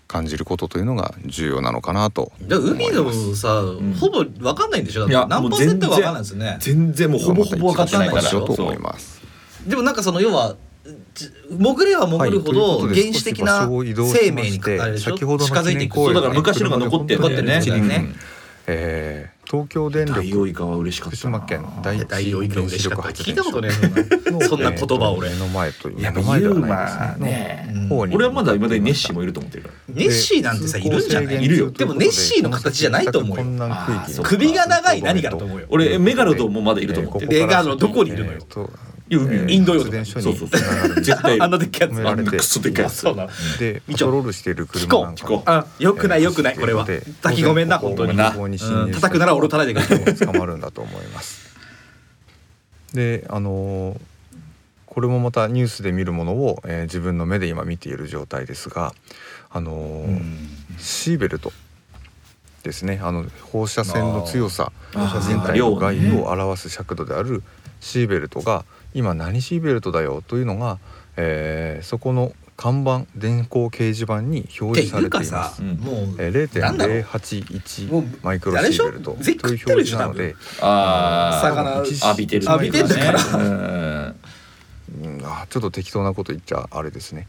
Speaker 1: 感じることというのが重要なのかなと
Speaker 3: だから海でもさ
Speaker 4: ん
Speaker 3: ほぼわかんないんでしょ
Speaker 4: い
Speaker 3: だ
Speaker 4: や
Speaker 3: って何パ
Speaker 4: もう
Speaker 3: ーセ
Speaker 4: 全
Speaker 3: ント
Speaker 4: 然
Speaker 3: かわかんないですよね
Speaker 4: 全然もうほぼほぼ分かってないから
Speaker 1: また一
Speaker 4: そ
Speaker 1: 番大事だ
Speaker 4: う
Speaker 1: と思います
Speaker 3: でもなんかその要はじ潜れば潜るほど
Speaker 1: はい
Speaker 3: 原
Speaker 1: ということで
Speaker 3: 始的な
Speaker 1: 少し場所を移動しまして
Speaker 3: 生命にあれでしょ
Speaker 1: 先ほどの
Speaker 3: 近づいていく
Speaker 1: 記念公園
Speaker 4: だから昔のが残ってるんだよね
Speaker 1: 残ってるんですよ
Speaker 3: ね
Speaker 1: えー東京電力
Speaker 4: 太陽イカは嬉しかっ
Speaker 1: 福
Speaker 4: た
Speaker 1: 島
Speaker 4: な
Speaker 1: 県第一
Speaker 3: 大洋イカ嬉しかった
Speaker 1: 原子
Speaker 3: 聞い
Speaker 1: 力
Speaker 3: た
Speaker 1: 発
Speaker 3: ことね
Speaker 1: 電
Speaker 3: え
Speaker 1: 所
Speaker 3: な
Speaker 1: の
Speaker 3: そんな言葉俺
Speaker 1: えーと目の前という
Speaker 4: やっぱ
Speaker 1: 目の前で
Speaker 4: ユー
Speaker 1: はな
Speaker 4: マ
Speaker 1: い
Speaker 4: ー
Speaker 1: ですねの
Speaker 4: ね
Speaker 1: 方に
Speaker 4: 俺はまだ未だにネッシーもいると思ってるから
Speaker 3: ネッシーなんてさいるんじゃない
Speaker 4: いるよ
Speaker 3: でもネッシーの形じゃないと思うよ
Speaker 1: 困難区域
Speaker 4: あーそう
Speaker 3: 首が長い何かだと思うよ
Speaker 4: 俺メガロドンもまだいると思ってる、
Speaker 3: レガーのどこにいるのよ
Speaker 4: いや海よ
Speaker 3: インド洋
Speaker 1: 発電所
Speaker 4: そう
Speaker 1: に
Speaker 4: そうそう絶対
Speaker 3: あんなでっかいやつ
Speaker 1: 止め
Speaker 3: あ
Speaker 1: ら
Speaker 3: ん
Speaker 1: れ
Speaker 3: な
Speaker 1: て
Speaker 4: クソでかいやつ
Speaker 3: そうなの
Speaker 1: で
Speaker 3: み
Speaker 1: パ
Speaker 3: ちょ
Speaker 1: トロールしている
Speaker 3: 聞
Speaker 1: 車
Speaker 3: こ
Speaker 1: な
Speaker 3: うん聞
Speaker 1: か
Speaker 3: こうあよくないよくないこれは
Speaker 1: えー
Speaker 3: 滝ごめんな本当にな
Speaker 1: 当然ここ
Speaker 3: うん叩くなら俺を叩いてくれ
Speaker 1: れ捕まるんだと思いますであのーこれもまたニュースで見るものを、えー自分の目で今見ている状態ですがあのーシーベルトですねあの放射線の強さ
Speaker 4: あー
Speaker 1: 人体の外
Speaker 4: 量
Speaker 1: 部
Speaker 4: ね
Speaker 1: を表す尺度であるシーベルトが今何シーベルトだよというのが、えーそこの看板電光掲示板に
Speaker 3: って
Speaker 1: 表示さ
Speaker 3: い
Speaker 1: れ
Speaker 3: う
Speaker 1: て
Speaker 3: か
Speaker 1: いま
Speaker 3: さ
Speaker 1: す。
Speaker 4: うん
Speaker 3: もう
Speaker 1: え
Speaker 3: なんだろ
Speaker 1: ー
Speaker 3: うもう
Speaker 1: 0.081マイクロシーベルト
Speaker 3: あれで
Speaker 1: とい
Speaker 3: し
Speaker 1: う
Speaker 3: ょ
Speaker 1: 表示なので、
Speaker 4: あー
Speaker 3: 魚
Speaker 4: 浴びてる
Speaker 3: 浴びてんだから
Speaker 4: うん
Speaker 1: うん、あーちょっと適当なこと言っちゃあれですね。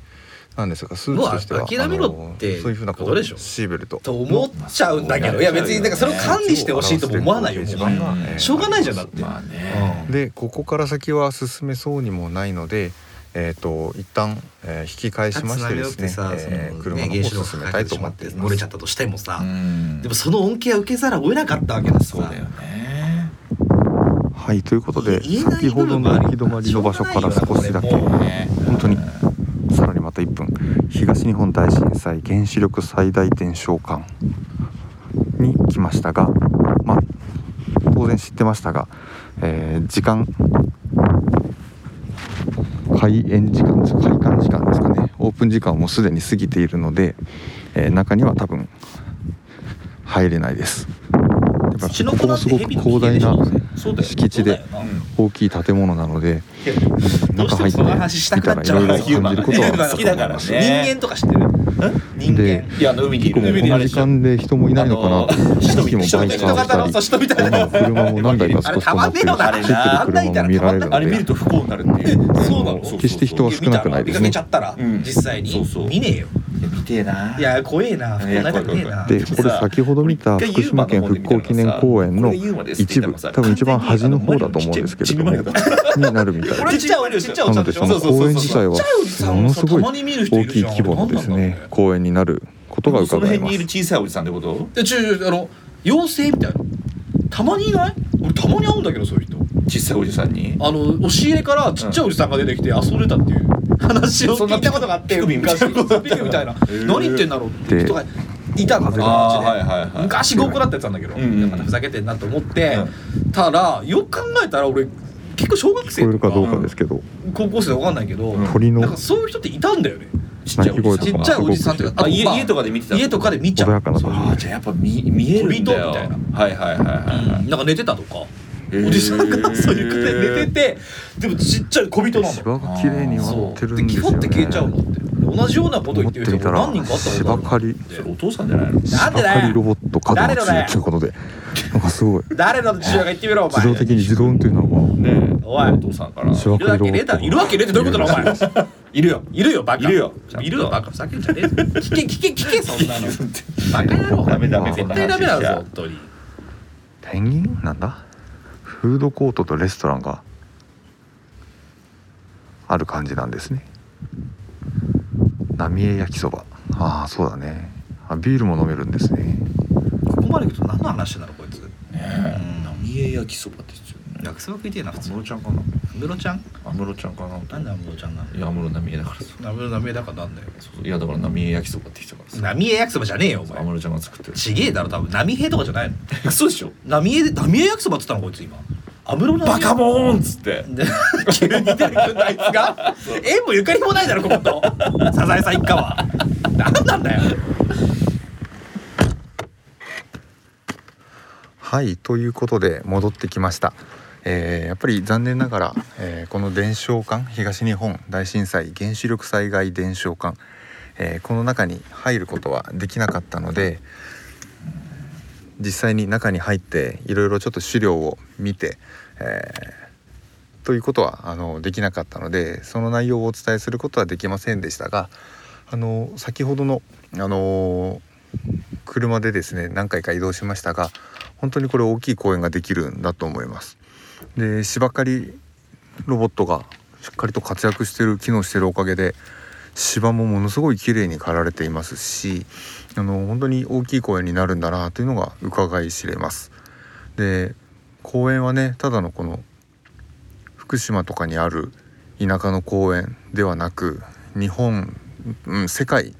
Speaker 1: なんですが数値としては
Speaker 3: もう諦めろって
Speaker 1: あのーそういうふうなこ
Speaker 3: こと
Speaker 1: と
Speaker 3: でしょ
Speaker 1: シーベルト
Speaker 3: と思っちゃうんだけどいや別になんかそれを管理してほしいとも思わないよもう
Speaker 1: 表示板が
Speaker 4: うん
Speaker 1: えー
Speaker 3: しょうがないじゃんだって
Speaker 4: まあね
Speaker 1: でここから先は進めそうにもないので、えー、と一旦、えー引き返しましてですね
Speaker 3: つながりよってさ
Speaker 1: えー
Speaker 3: その
Speaker 1: 車の
Speaker 3: ね
Speaker 1: 方を進めたいと思っていま
Speaker 3: 漏れち
Speaker 1: す
Speaker 3: ゃったとしてもさ、
Speaker 4: うん
Speaker 3: でもその恩恵は受けざるを得なかったわけだしさ
Speaker 4: そうだよね
Speaker 1: はいということで
Speaker 3: 言えない
Speaker 1: 先ほどの行き止まりの場所から少しだけ
Speaker 3: しょうがないよなこれもう
Speaker 1: 本当にさらにまた1分東日本大震災原子力最大伝承館に来ましたがまあ当然知ってましたが、えー時間開園時間開館時間ですかねオープン時間をもうすでに過ぎているので、えー中には多分入れないです。やっぱ
Speaker 3: 土の
Speaker 1: ここ
Speaker 3: 粉
Speaker 1: も
Speaker 3: っ
Speaker 1: す
Speaker 3: て
Speaker 1: ご
Speaker 3: ヘ
Speaker 1: く
Speaker 3: ビの
Speaker 1: 広大な
Speaker 3: そうだよ
Speaker 1: 敷地で
Speaker 3: そうだよな
Speaker 1: 大きい建物なので
Speaker 3: いや どう
Speaker 1: 中
Speaker 3: し
Speaker 1: 入
Speaker 3: ても
Speaker 1: っ
Speaker 3: その話してた
Speaker 1: み
Speaker 3: く
Speaker 1: た
Speaker 3: な
Speaker 1: らいろい
Speaker 3: っちゃうから
Speaker 1: ろ
Speaker 4: ヒューマ
Speaker 1: 感
Speaker 4: ン
Speaker 1: じることはあったと
Speaker 3: 好
Speaker 1: 思
Speaker 3: きだ
Speaker 1: い
Speaker 3: か
Speaker 1: ま
Speaker 3: ら
Speaker 1: す。
Speaker 3: ね人間とか知ってる人
Speaker 1: で
Speaker 3: 間
Speaker 4: いやあの海にい
Speaker 1: 結構も
Speaker 4: る
Speaker 1: う この時間で人もいないのかなって
Speaker 4: 人
Speaker 1: 機器もバイク
Speaker 3: 人型の
Speaker 1: 倒
Speaker 3: そう
Speaker 1: した
Speaker 3: 人
Speaker 1: り
Speaker 3: みたい
Speaker 1: 今
Speaker 3: な
Speaker 1: の車も何台か少し止まってるし
Speaker 3: あれ
Speaker 1: 走ってる車も見られる
Speaker 4: あ
Speaker 1: の
Speaker 4: れ見る
Speaker 1: で
Speaker 4: と不幸になるっていう
Speaker 3: そうなの
Speaker 1: 決して人は少なくないです
Speaker 3: 見
Speaker 1: ね
Speaker 3: ちゃったら、
Speaker 4: うん
Speaker 3: 実際に
Speaker 4: そうそう
Speaker 3: 見ねえよ
Speaker 4: 見てえない
Speaker 3: いや怖えなこんなことねえな
Speaker 1: でこれ先ほど見た福島県復興記念公園の一部多分一番端の方だと思うんですけれどもになるみたい
Speaker 3: こ
Speaker 1: で
Speaker 3: れ
Speaker 1: す
Speaker 3: ちっちゃいおじさんちっちゃいお
Speaker 1: な
Speaker 3: じさ
Speaker 1: の
Speaker 3: ん
Speaker 1: で
Speaker 3: でし
Speaker 1: そ
Speaker 3: ょ
Speaker 1: の公園自体はものす
Speaker 3: そうそうそうちっちゃいおじさん
Speaker 1: ごい
Speaker 3: たまに見る人い
Speaker 1: 大
Speaker 3: る
Speaker 1: き
Speaker 3: じ
Speaker 1: い
Speaker 3: ゃん
Speaker 1: 規模のですね公園になることが
Speaker 4: その
Speaker 1: 伺え
Speaker 4: 辺
Speaker 1: ま
Speaker 4: にい
Speaker 1: す
Speaker 4: る小さいおじさんってこと
Speaker 3: えちょちょあの妖精みたいなたまにいない俺たまに会うんだけどそういう人
Speaker 4: 小さいおじさんに
Speaker 3: あの押し入れからちっちゃいおじさんが出てきて遊んでたっていう話を
Speaker 4: そん
Speaker 3: 聞
Speaker 4: ない
Speaker 3: たことがあって
Speaker 4: ピクミンみたい
Speaker 3: 昔
Speaker 4: な
Speaker 3: ピクミンみたいな
Speaker 4: へー
Speaker 3: 何言ってんだろうって人がいたの
Speaker 4: あー
Speaker 3: 友達で
Speaker 4: はいはいはい
Speaker 3: 昔合コンだったやつなんだけど
Speaker 4: うんうん
Speaker 3: やっぱふざけてんなと思ってたらよく考えたら俺結構小学
Speaker 1: 聞こえ
Speaker 3: 生
Speaker 1: る
Speaker 3: と
Speaker 1: か
Speaker 3: か
Speaker 1: どうかですけど
Speaker 3: 高校生わかんないけど
Speaker 1: 鳥の
Speaker 3: なんかそういう人っていたんだよね
Speaker 4: ちっちゃいおじ
Speaker 3: ち
Speaker 4: さん
Speaker 3: っ
Speaker 4: が
Speaker 3: ちゃいおじさんっていうか
Speaker 4: あ家
Speaker 3: まあ
Speaker 4: 家とかで見てたの
Speaker 3: 家とかで見ちゃ
Speaker 1: 穏
Speaker 3: う
Speaker 1: やかな場
Speaker 4: あ
Speaker 1: 所
Speaker 4: あ
Speaker 1: で
Speaker 4: じゃあやっぱ見見えるんだよ
Speaker 3: 飛び道具
Speaker 4: はいはいはいはいは
Speaker 3: う
Speaker 4: い
Speaker 3: んなんか寝てたとか
Speaker 4: へー
Speaker 3: おじさんがそういうことで寝ててでもちっちゃい小人なの
Speaker 1: 芝が綺麗に
Speaker 3: そう
Speaker 1: 割ってるん
Speaker 3: で
Speaker 1: です
Speaker 3: 基
Speaker 1: よ
Speaker 3: 本って消え
Speaker 1: ね
Speaker 3: ちゃうのって同じようなこと
Speaker 1: 思
Speaker 3: 言
Speaker 1: っ
Speaker 3: っ
Speaker 1: て
Speaker 3: てる人
Speaker 1: みた
Speaker 3: も
Speaker 1: ら
Speaker 3: 何人かあったことあ
Speaker 1: 芝
Speaker 3: る
Speaker 1: 刈り
Speaker 4: それお父さんじゃないの
Speaker 3: なんで
Speaker 1: 芝
Speaker 3: だ
Speaker 1: 刈りロ
Speaker 3: よ
Speaker 1: ボット角松ということでなんかすごい
Speaker 3: 誰の父親が言ってみろお前
Speaker 1: 自動的に自動運転なのは
Speaker 4: ねえ
Speaker 3: おい
Speaker 4: お父さんから
Speaker 1: 芝
Speaker 3: いるわ
Speaker 1: 刈
Speaker 3: け
Speaker 1: り
Speaker 3: ねえ
Speaker 1: ロボッ
Speaker 3: だろ
Speaker 1: ト
Speaker 3: いるわけねえってどういうことだお前いるよいるよバカ
Speaker 4: いるよ
Speaker 3: いるよバカふざけんじ ゃねえぞ聞け聞け聞けそんなのバカ野郎
Speaker 4: ダメダメ
Speaker 3: 絶対ダメだ
Speaker 4: そんな話
Speaker 3: ぞ本当に
Speaker 1: ペンギンなんだフードコートとレストランがある感じなんですね浪江焼きそばああそうだねあビールも飲めるんですね
Speaker 3: ここまで行くと何の話なのこいつ
Speaker 4: 浪江焼きそばって言ってるよね
Speaker 3: 学生は食いてえな普通
Speaker 4: 安室ちゃんかな
Speaker 3: ムロちゃん
Speaker 4: 安室ちゃんかな
Speaker 3: なんでムロちゃんなの
Speaker 4: いや安室浪江だからさ
Speaker 3: なめなめだからなんだよ
Speaker 4: そうそういやだから浪江焼きそばって言ってたからさ
Speaker 3: 浪江焼きそばじゃねえよお
Speaker 4: 安
Speaker 3: 前
Speaker 4: 室ちゃんが作ってる
Speaker 3: ちげえだろ多分波平とかじゃないの
Speaker 4: そうでしょ
Speaker 3: 浪江で浪江焼きそばっつったのこいつ今安室
Speaker 4: バカ
Speaker 3: も
Speaker 4: モーンっつって
Speaker 3: 急に出てくんだあいつが縁もゆかりもないだろこことサザエさん一家は何なんだよ
Speaker 1: はいということで戻ってきました、えーやっぱり残念ながら、えーこの伝承館東日本大震災原子力災害伝承館、えーこの中に入ることはできなかったので実際に中に入っていろいろちょっと資料を見て、えーということはあのできなかったのでその内容をお伝えすることはできませんでしたがあの先ほどの、あの車でですね何回か移動しましたが本当にこれ大きい公園ができるんだと思います。で芝刈りロボットがしっかりと活躍してる機能してるおかげで芝もものすごい綺麗に刈られていますしあの本当に大きい公園になるんだなというのが伺い知れます。で公園はねただのこの福島とかにある田舎の公園ではなく日本、うん、世界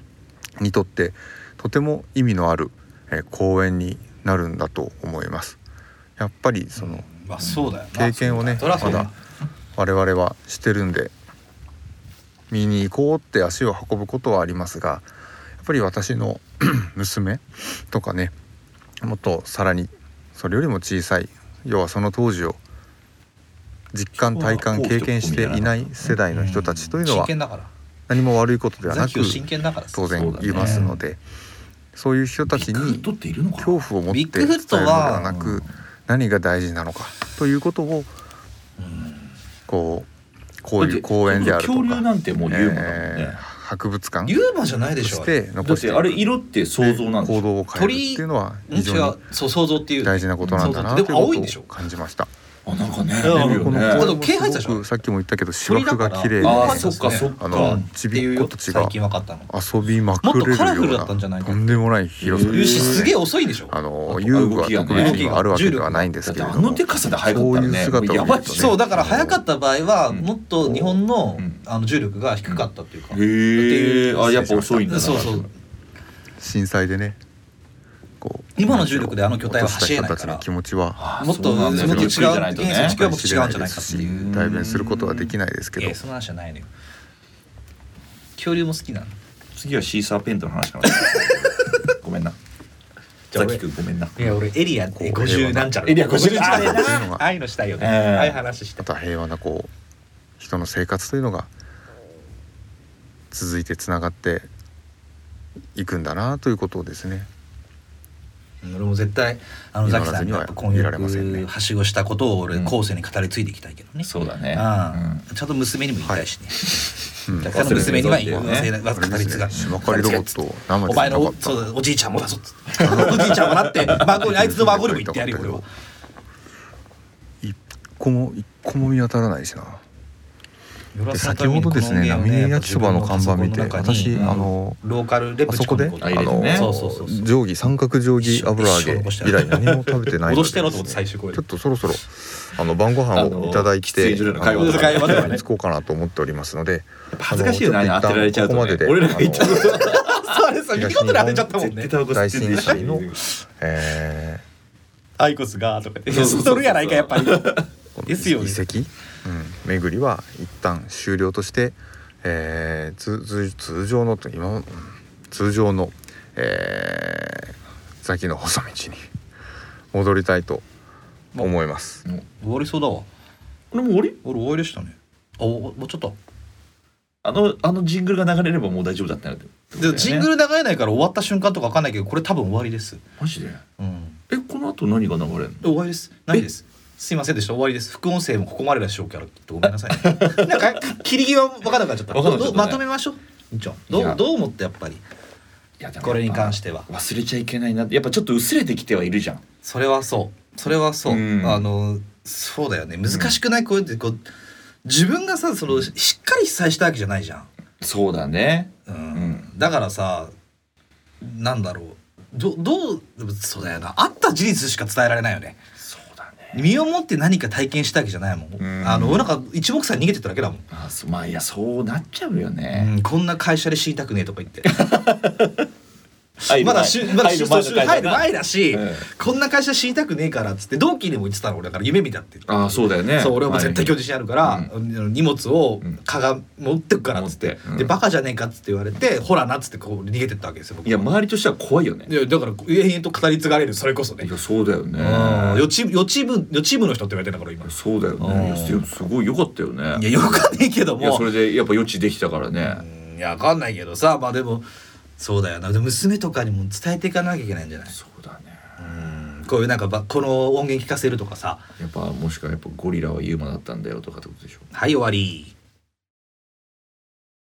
Speaker 1: にとってとても意味のある、えー公園になるんだと思います。やっぱりその
Speaker 3: まあそうだよな
Speaker 1: 経験をね
Speaker 3: そりゃそ
Speaker 1: ま
Speaker 3: うだ
Speaker 1: だ我々はしてるんで見に行こうって足を運ぶことはありますがやっぱり私の 娘とかねもっとさらにそれよりも小さい要はその当時を実感体感経験していない世代の人たちというの
Speaker 3: 真
Speaker 1: は
Speaker 3: 剣だから
Speaker 1: 何も悪いことでは
Speaker 3: ザ
Speaker 1: な
Speaker 3: キ
Speaker 1: く
Speaker 3: オ真剣だから
Speaker 1: 当然いますのでそういう人た
Speaker 4: ビ
Speaker 1: ち
Speaker 4: ッグフ
Speaker 1: に
Speaker 4: ットっているのかな
Speaker 1: 恐怖を持って
Speaker 3: ビッ
Speaker 1: 伝え
Speaker 3: グ
Speaker 1: る
Speaker 3: フ
Speaker 1: の
Speaker 3: ッ
Speaker 1: で
Speaker 3: トは
Speaker 1: はなく何が大事なのかということをこうこう
Speaker 4: だっ
Speaker 1: い
Speaker 4: て
Speaker 1: う公園であると
Speaker 4: 恐竜
Speaker 1: か、
Speaker 4: なんてもうユーマだもんね、
Speaker 1: えー博物館
Speaker 3: ユーマじゃない
Speaker 1: と
Speaker 3: でしょ
Speaker 1: し
Speaker 3: あれ
Speaker 1: て
Speaker 4: だ
Speaker 1: 残
Speaker 4: っ
Speaker 1: して
Speaker 4: て
Speaker 1: い
Speaker 4: あ
Speaker 1: く
Speaker 4: れ色って想像なんでし
Speaker 1: 行
Speaker 4: ょ
Speaker 1: 動を変えるっていうのは
Speaker 3: うん
Speaker 1: 非
Speaker 3: 違
Speaker 1: 常
Speaker 3: うそう想像ってい
Speaker 1: に
Speaker 3: う
Speaker 1: 大事なことなんだな
Speaker 3: そう
Speaker 1: とい
Speaker 3: そう
Speaker 1: う
Speaker 3: で
Speaker 1: こ
Speaker 3: も青いんでし
Speaker 1: と
Speaker 3: ょ
Speaker 1: を感じました。
Speaker 4: あなんかね
Speaker 3: だから
Speaker 4: 出るよ
Speaker 1: この
Speaker 4: ね
Speaker 1: 公
Speaker 3: あ
Speaker 1: 園
Speaker 3: と
Speaker 1: も
Speaker 3: 気配した
Speaker 1: す
Speaker 3: でしょ
Speaker 1: ごくさっきも言ったけど芝生が綺麗
Speaker 3: 鳥だ
Speaker 4: あ
Speaker 3: から
Speaker 4: あ
Speaker 1: で
Speaker 4: そっかそっか
Speaker 1: あ
Speaker 4: う
Speaker 1: の
Speaker 4: ん
Speaker 1: ち
Speaker 3: ってい
Speaker 1: び
Speaker 3: う
Speaker 1: っこ
Speaker 3: よ
Speaker 1: たちが
Speaker 3: 最近分かったの
Speaker 1: 遊びまくれる
Speaker 3: もっとカラフル
Speaker 1: よ
Speaker 3: だった
Speaker 1: うん
Speaker 3: じゃな
Speaker 1: ない
Speaker 3: か
Speaker 1: とんでもない広さ
Speaker 4: へ
Speaker 3: 言うし
Speaker 4: え
Speaker 3: すげえ遅いんでしょ
Speaker 1: あの
Speaker 4: あ
Speaker 1: 遊具は
Speaker 4: 動きが
Speaker 1: 特
Speaker 4: ね
Speaker 1: 別にあるわけではないんで
Speaker 4: だ
Speaker 1: す
Speaker 4: っ
Speaker 1: け
Speaker 4: て
Speaker 1: れ
Speaker 4: あ
Speaker 1: ど
Speaker 4: の
Speaker 1: も
Speaker 4: 手傘で速かったらね
Speaker 1: そういう姿を見るとね
Speaker 4: もうやばいっしょ
Speaker 3: そうだから早かった場合は
Speaker 4: うん
Speaker 3: もっと日本の
Speaker 4: うん
Speaker 3: あの重力が低かったっていうか
Speaker 4: へえあやっぱ遅いんだな
Speaker 3: そうそう
Speaker 1: 震災でねこう
Speaker 3: 今の重力であの巨体は
Speaker 1: 落とした
Speaker 3: 走れないから
Speaker 1: 人たちの気持ちは
Speaker 4: あ
Speaker 3: もっと
Speaker 4: そうなんだよ
Speaker 1: もっと
Speaker 4: ゆ
Speaker 1: 違
Speaker 4: っ
Speaker 1: う
Speaker 4: くりじゃないと
Speaker 3: 原
Speaker 4: ね
Speaker 3: 則違うもっと違うんじゃないかっていう
Speaker 1: 代弁することはできないですけ
Speaker 3: い
Speaker 1: ど
Speaker 3: やその話じゃないのよ恐竜も好きなの
Speaker 4: 次はシーサーペントの話かなごめんな
Speaker 3: じゃあ
Speaker 4: ザキ君ごめんない
Speaker 3: や俺エリアって
Speaker 1: こう平和
Speaker 3: 50
Speaker 1: な
Speaker 3: なんちゃら
Speaker 4: エリア50
Speaker 3: あれ
Speaker 1: そういうの
Speaker 3: な
Speaker 1: が
Speaker 3: ああいうのしたいよね
Speaker 4: ええ
Speaker 3: ああいう話し
Speaker 1: ま
Speaker 3: たい
Speaker 1: た平和なこう人の生活というのが続いてつながっていくんだなということをですね
Speaker 3: うん俺も絶対あの
Speaker 1: 見
Speaker 3: ザ
Speaker 1: 逃
Speaker 3: キ
Speaker 1: さ
Speaker 3: さ
Speaker 1: ず
Speaker 3: ん
Speaker 1: に
Speaker 3: に
Speaker 1: は
Speaker 3: やっぱ婚
Speaker 1: 見られませんね
Speaker 3: 約はしごしたことを俺
Speaker 4: うん
Speaker 3: 後世に語り継いでいきたいけどね
Speaker 4: そうだね
Speaker 3: あ
Speaker 4: う
Speaker 3: あちゃんと娘にも言いたいしね
Speaker 1: うん
Speaker 3: ザキさんの娘には言い
Speaker 4: 忘れてる
Speaker 3: 忘れ
Speaker 1: あれ
Speaker 3: 語り
Speaker 1: です
Speaker 3: 継が
Speaker 1: ね芝刈りロボットを生
Speaker 3: お
Speaker 1: で
Speaker 3: 前
Speaker 1: 見な
Speaker 3: の
Speaker 1: かっ
Speaker 3: お
Speaker 1: た
Speaker 3: そうおじいちゃんもだぞっつ っておじいちゃんもだって孫にあいつの孫にも言ってやるよ俺は
Speaker 1: 一個も一個も見当たらないしな
Speaker 3: で
Speaker 1: で先ほどですねラミネ焼きそばの看板見て私あの
Speaker 3: ローカルレ
Speaker 1: あ
Speaker 3: ブ
Speaker 1: そ
Speaker 3: チ
Speaker 1: こ
Speaker 3: コ
Speaker 1: で
Speaker 3: のこ、と
Speaker 1: あ
Speaker 4: 入れて
Speaker 1: の
Speaker 4: ね
Speaker 3: そうそうそうそう
Speaker 1: 定規三角定規油揚げ以来何も食べてないの
Speaker 3: 戻
Speaker 1: で
Speaker 3: してやろうと思って最終公演
Speaker 1: ちょっとそろそろあの晩ご飯をいただい
Speaker 4: あの
Speaker 1: て
Speaker 4: 喫煙所での会話
Speaker 1: あの
Speaker 3: 会話とかね
Speaker 1: つこうかなと思っておりますので
Speaker 4: 恥ずかしいよね
Speaker 1: あの
Speaker 4: 当てられちゃうと
Speaker 1: ここま
Speaker 4: ね
Speaker 1: でで
Speaker 4: 俺らが言っちゃうことは
Speaker 3: あれさ見事に当てちゃったもんね
Speaker 4: 絶対 タバコ吸
Speaker 1: 大
Speaker 4: ってん
Speaker 1: 震
Speaker 4: でしょ
Speaker 1: 災の、え
Speaker 3: アイコスがとか言
Speaker 4: そう
Speaker 3: って
Speaker 4: そうそう
Speaker 3: そるやないかやっ ぱり
Speaker 1: ーこの
Speaker 3: ですよね
Speaker 1: 遺跡、うん、巡りは一旦終了として、えー、通通通常のと今もうん通常の、えー、先の細道に戻りたいと思います。
Speaker 3: 終わりそうだわ
Speaker 4: 俺もう終わり
Speaker 3: 俺終わりでしたねあおもうちょっと
Speaker 4: あのあのジングルが流れればもう大丈夫だったよってことだよ
Speaker 3: で
Speaker 4: ね
Speaker 3: ジングル流れないから終わった瞬間とかわかんないけどこれ多分終わりです
Speaker 4: マジで
Speaker 3: うん
Speaker 4: えこの後何が流れるの
Speaker 3: 終わりですないですすいませんでした終わりです副音声もここまでだしょうからごめんなさい、ね、 なんか切り際分からなくなっちゃった
Speaker 4: わかんなくなっちゃったね
Speaker 3: どうまとめましょう院長ど
Speaker 4: いや
Speaker 3: うどう思ってやっぱり
Speaker 4: いやでもやっぱ
Speaker 3: これに関しては
Speaker 4: 忘れちゃいけないなってやっぱちょっと薄れてきてはいるじゃん
Speaker 3: それはそうそれはそう、
Speaker 4: うん
Speaker 3: あのそうだよね難しくないこうやってこう自分がさそのしっかり被災したわけじゃないじゃん、
Speaker 4: そうだね
Speaker 3: うん
Speaker 4: ん
Speaker 3: だからさなんだろうどどうでもそうだよなあった事実しか伝えられないよね
Speaker 4: そうだね
Speaker 3: 身をもって何か体験したわけじゃないもん、
Speaker 4: うん
Speaker 3: あのなんか一目散に逃げてっただけだもん
Speaker 4: あそまあいやそうなっちゃうよね、
Speaker 3: うんこんな会社で死にたくねえとか 言って
Speaker 4: 入る前
Speaker 3: まだしまだ
Speaker 4: 入る前
Speaker 3: 就
Speaker 4: の
Speaker 3: 職
Speaker 4: 会
Speaker 3: 入
Speaker 4: 社
Speaker 3: る
Speaker 4: な
Speaker 3: 前だし、
Speaker 4: うん
Speaker 3: こんな会社死にたくねえからっつって同期にも言ってたの俺だから夢見たって
Speaker 4: あそうだよね
Speaker 3: そう俺はもう絶対今日自信あるから、荷物を
Speaker 4: うん
Speaker 3: かが持ってくからっつっ
Speaker 4: 持
Speaker 3: て、
Speaker 4: ってうん
Speaker 3: でバカじゃねえかっつって言われてほらなっつってこう逃げてったわけですよ僕
Speaker 4: いや周りとしては怖いよね
Speaker 3: いやだから永遠と語り継がれるそれこそね
Speaker 4: いやそうだよね
Speaker 3: うん予知予知部予知部の人って言われてんだから今
Speaker 4: そうだよ
Speaker 3: うん
Speaker 4: ねいやすすごい良かったよね
Speaker 3: いやよかねえけど
Speaker 4: いや
Speaker 3: も
Speaker 4: それでやっぱ予知できたからね、
Speaker 3: うんいやわかんないけどさまあでもそうだよなでも娘とかにも伝えていかなきゃいけないんじゃない
Speaker 4: そうだね
Speaker 3: うんこういうなんかばこの音源聞かせるとかさ
Speaker 4: やっぱもしくはやっぱゴリラはユーマだったんだよとかってことでしょ
Speaker 3: はい終わり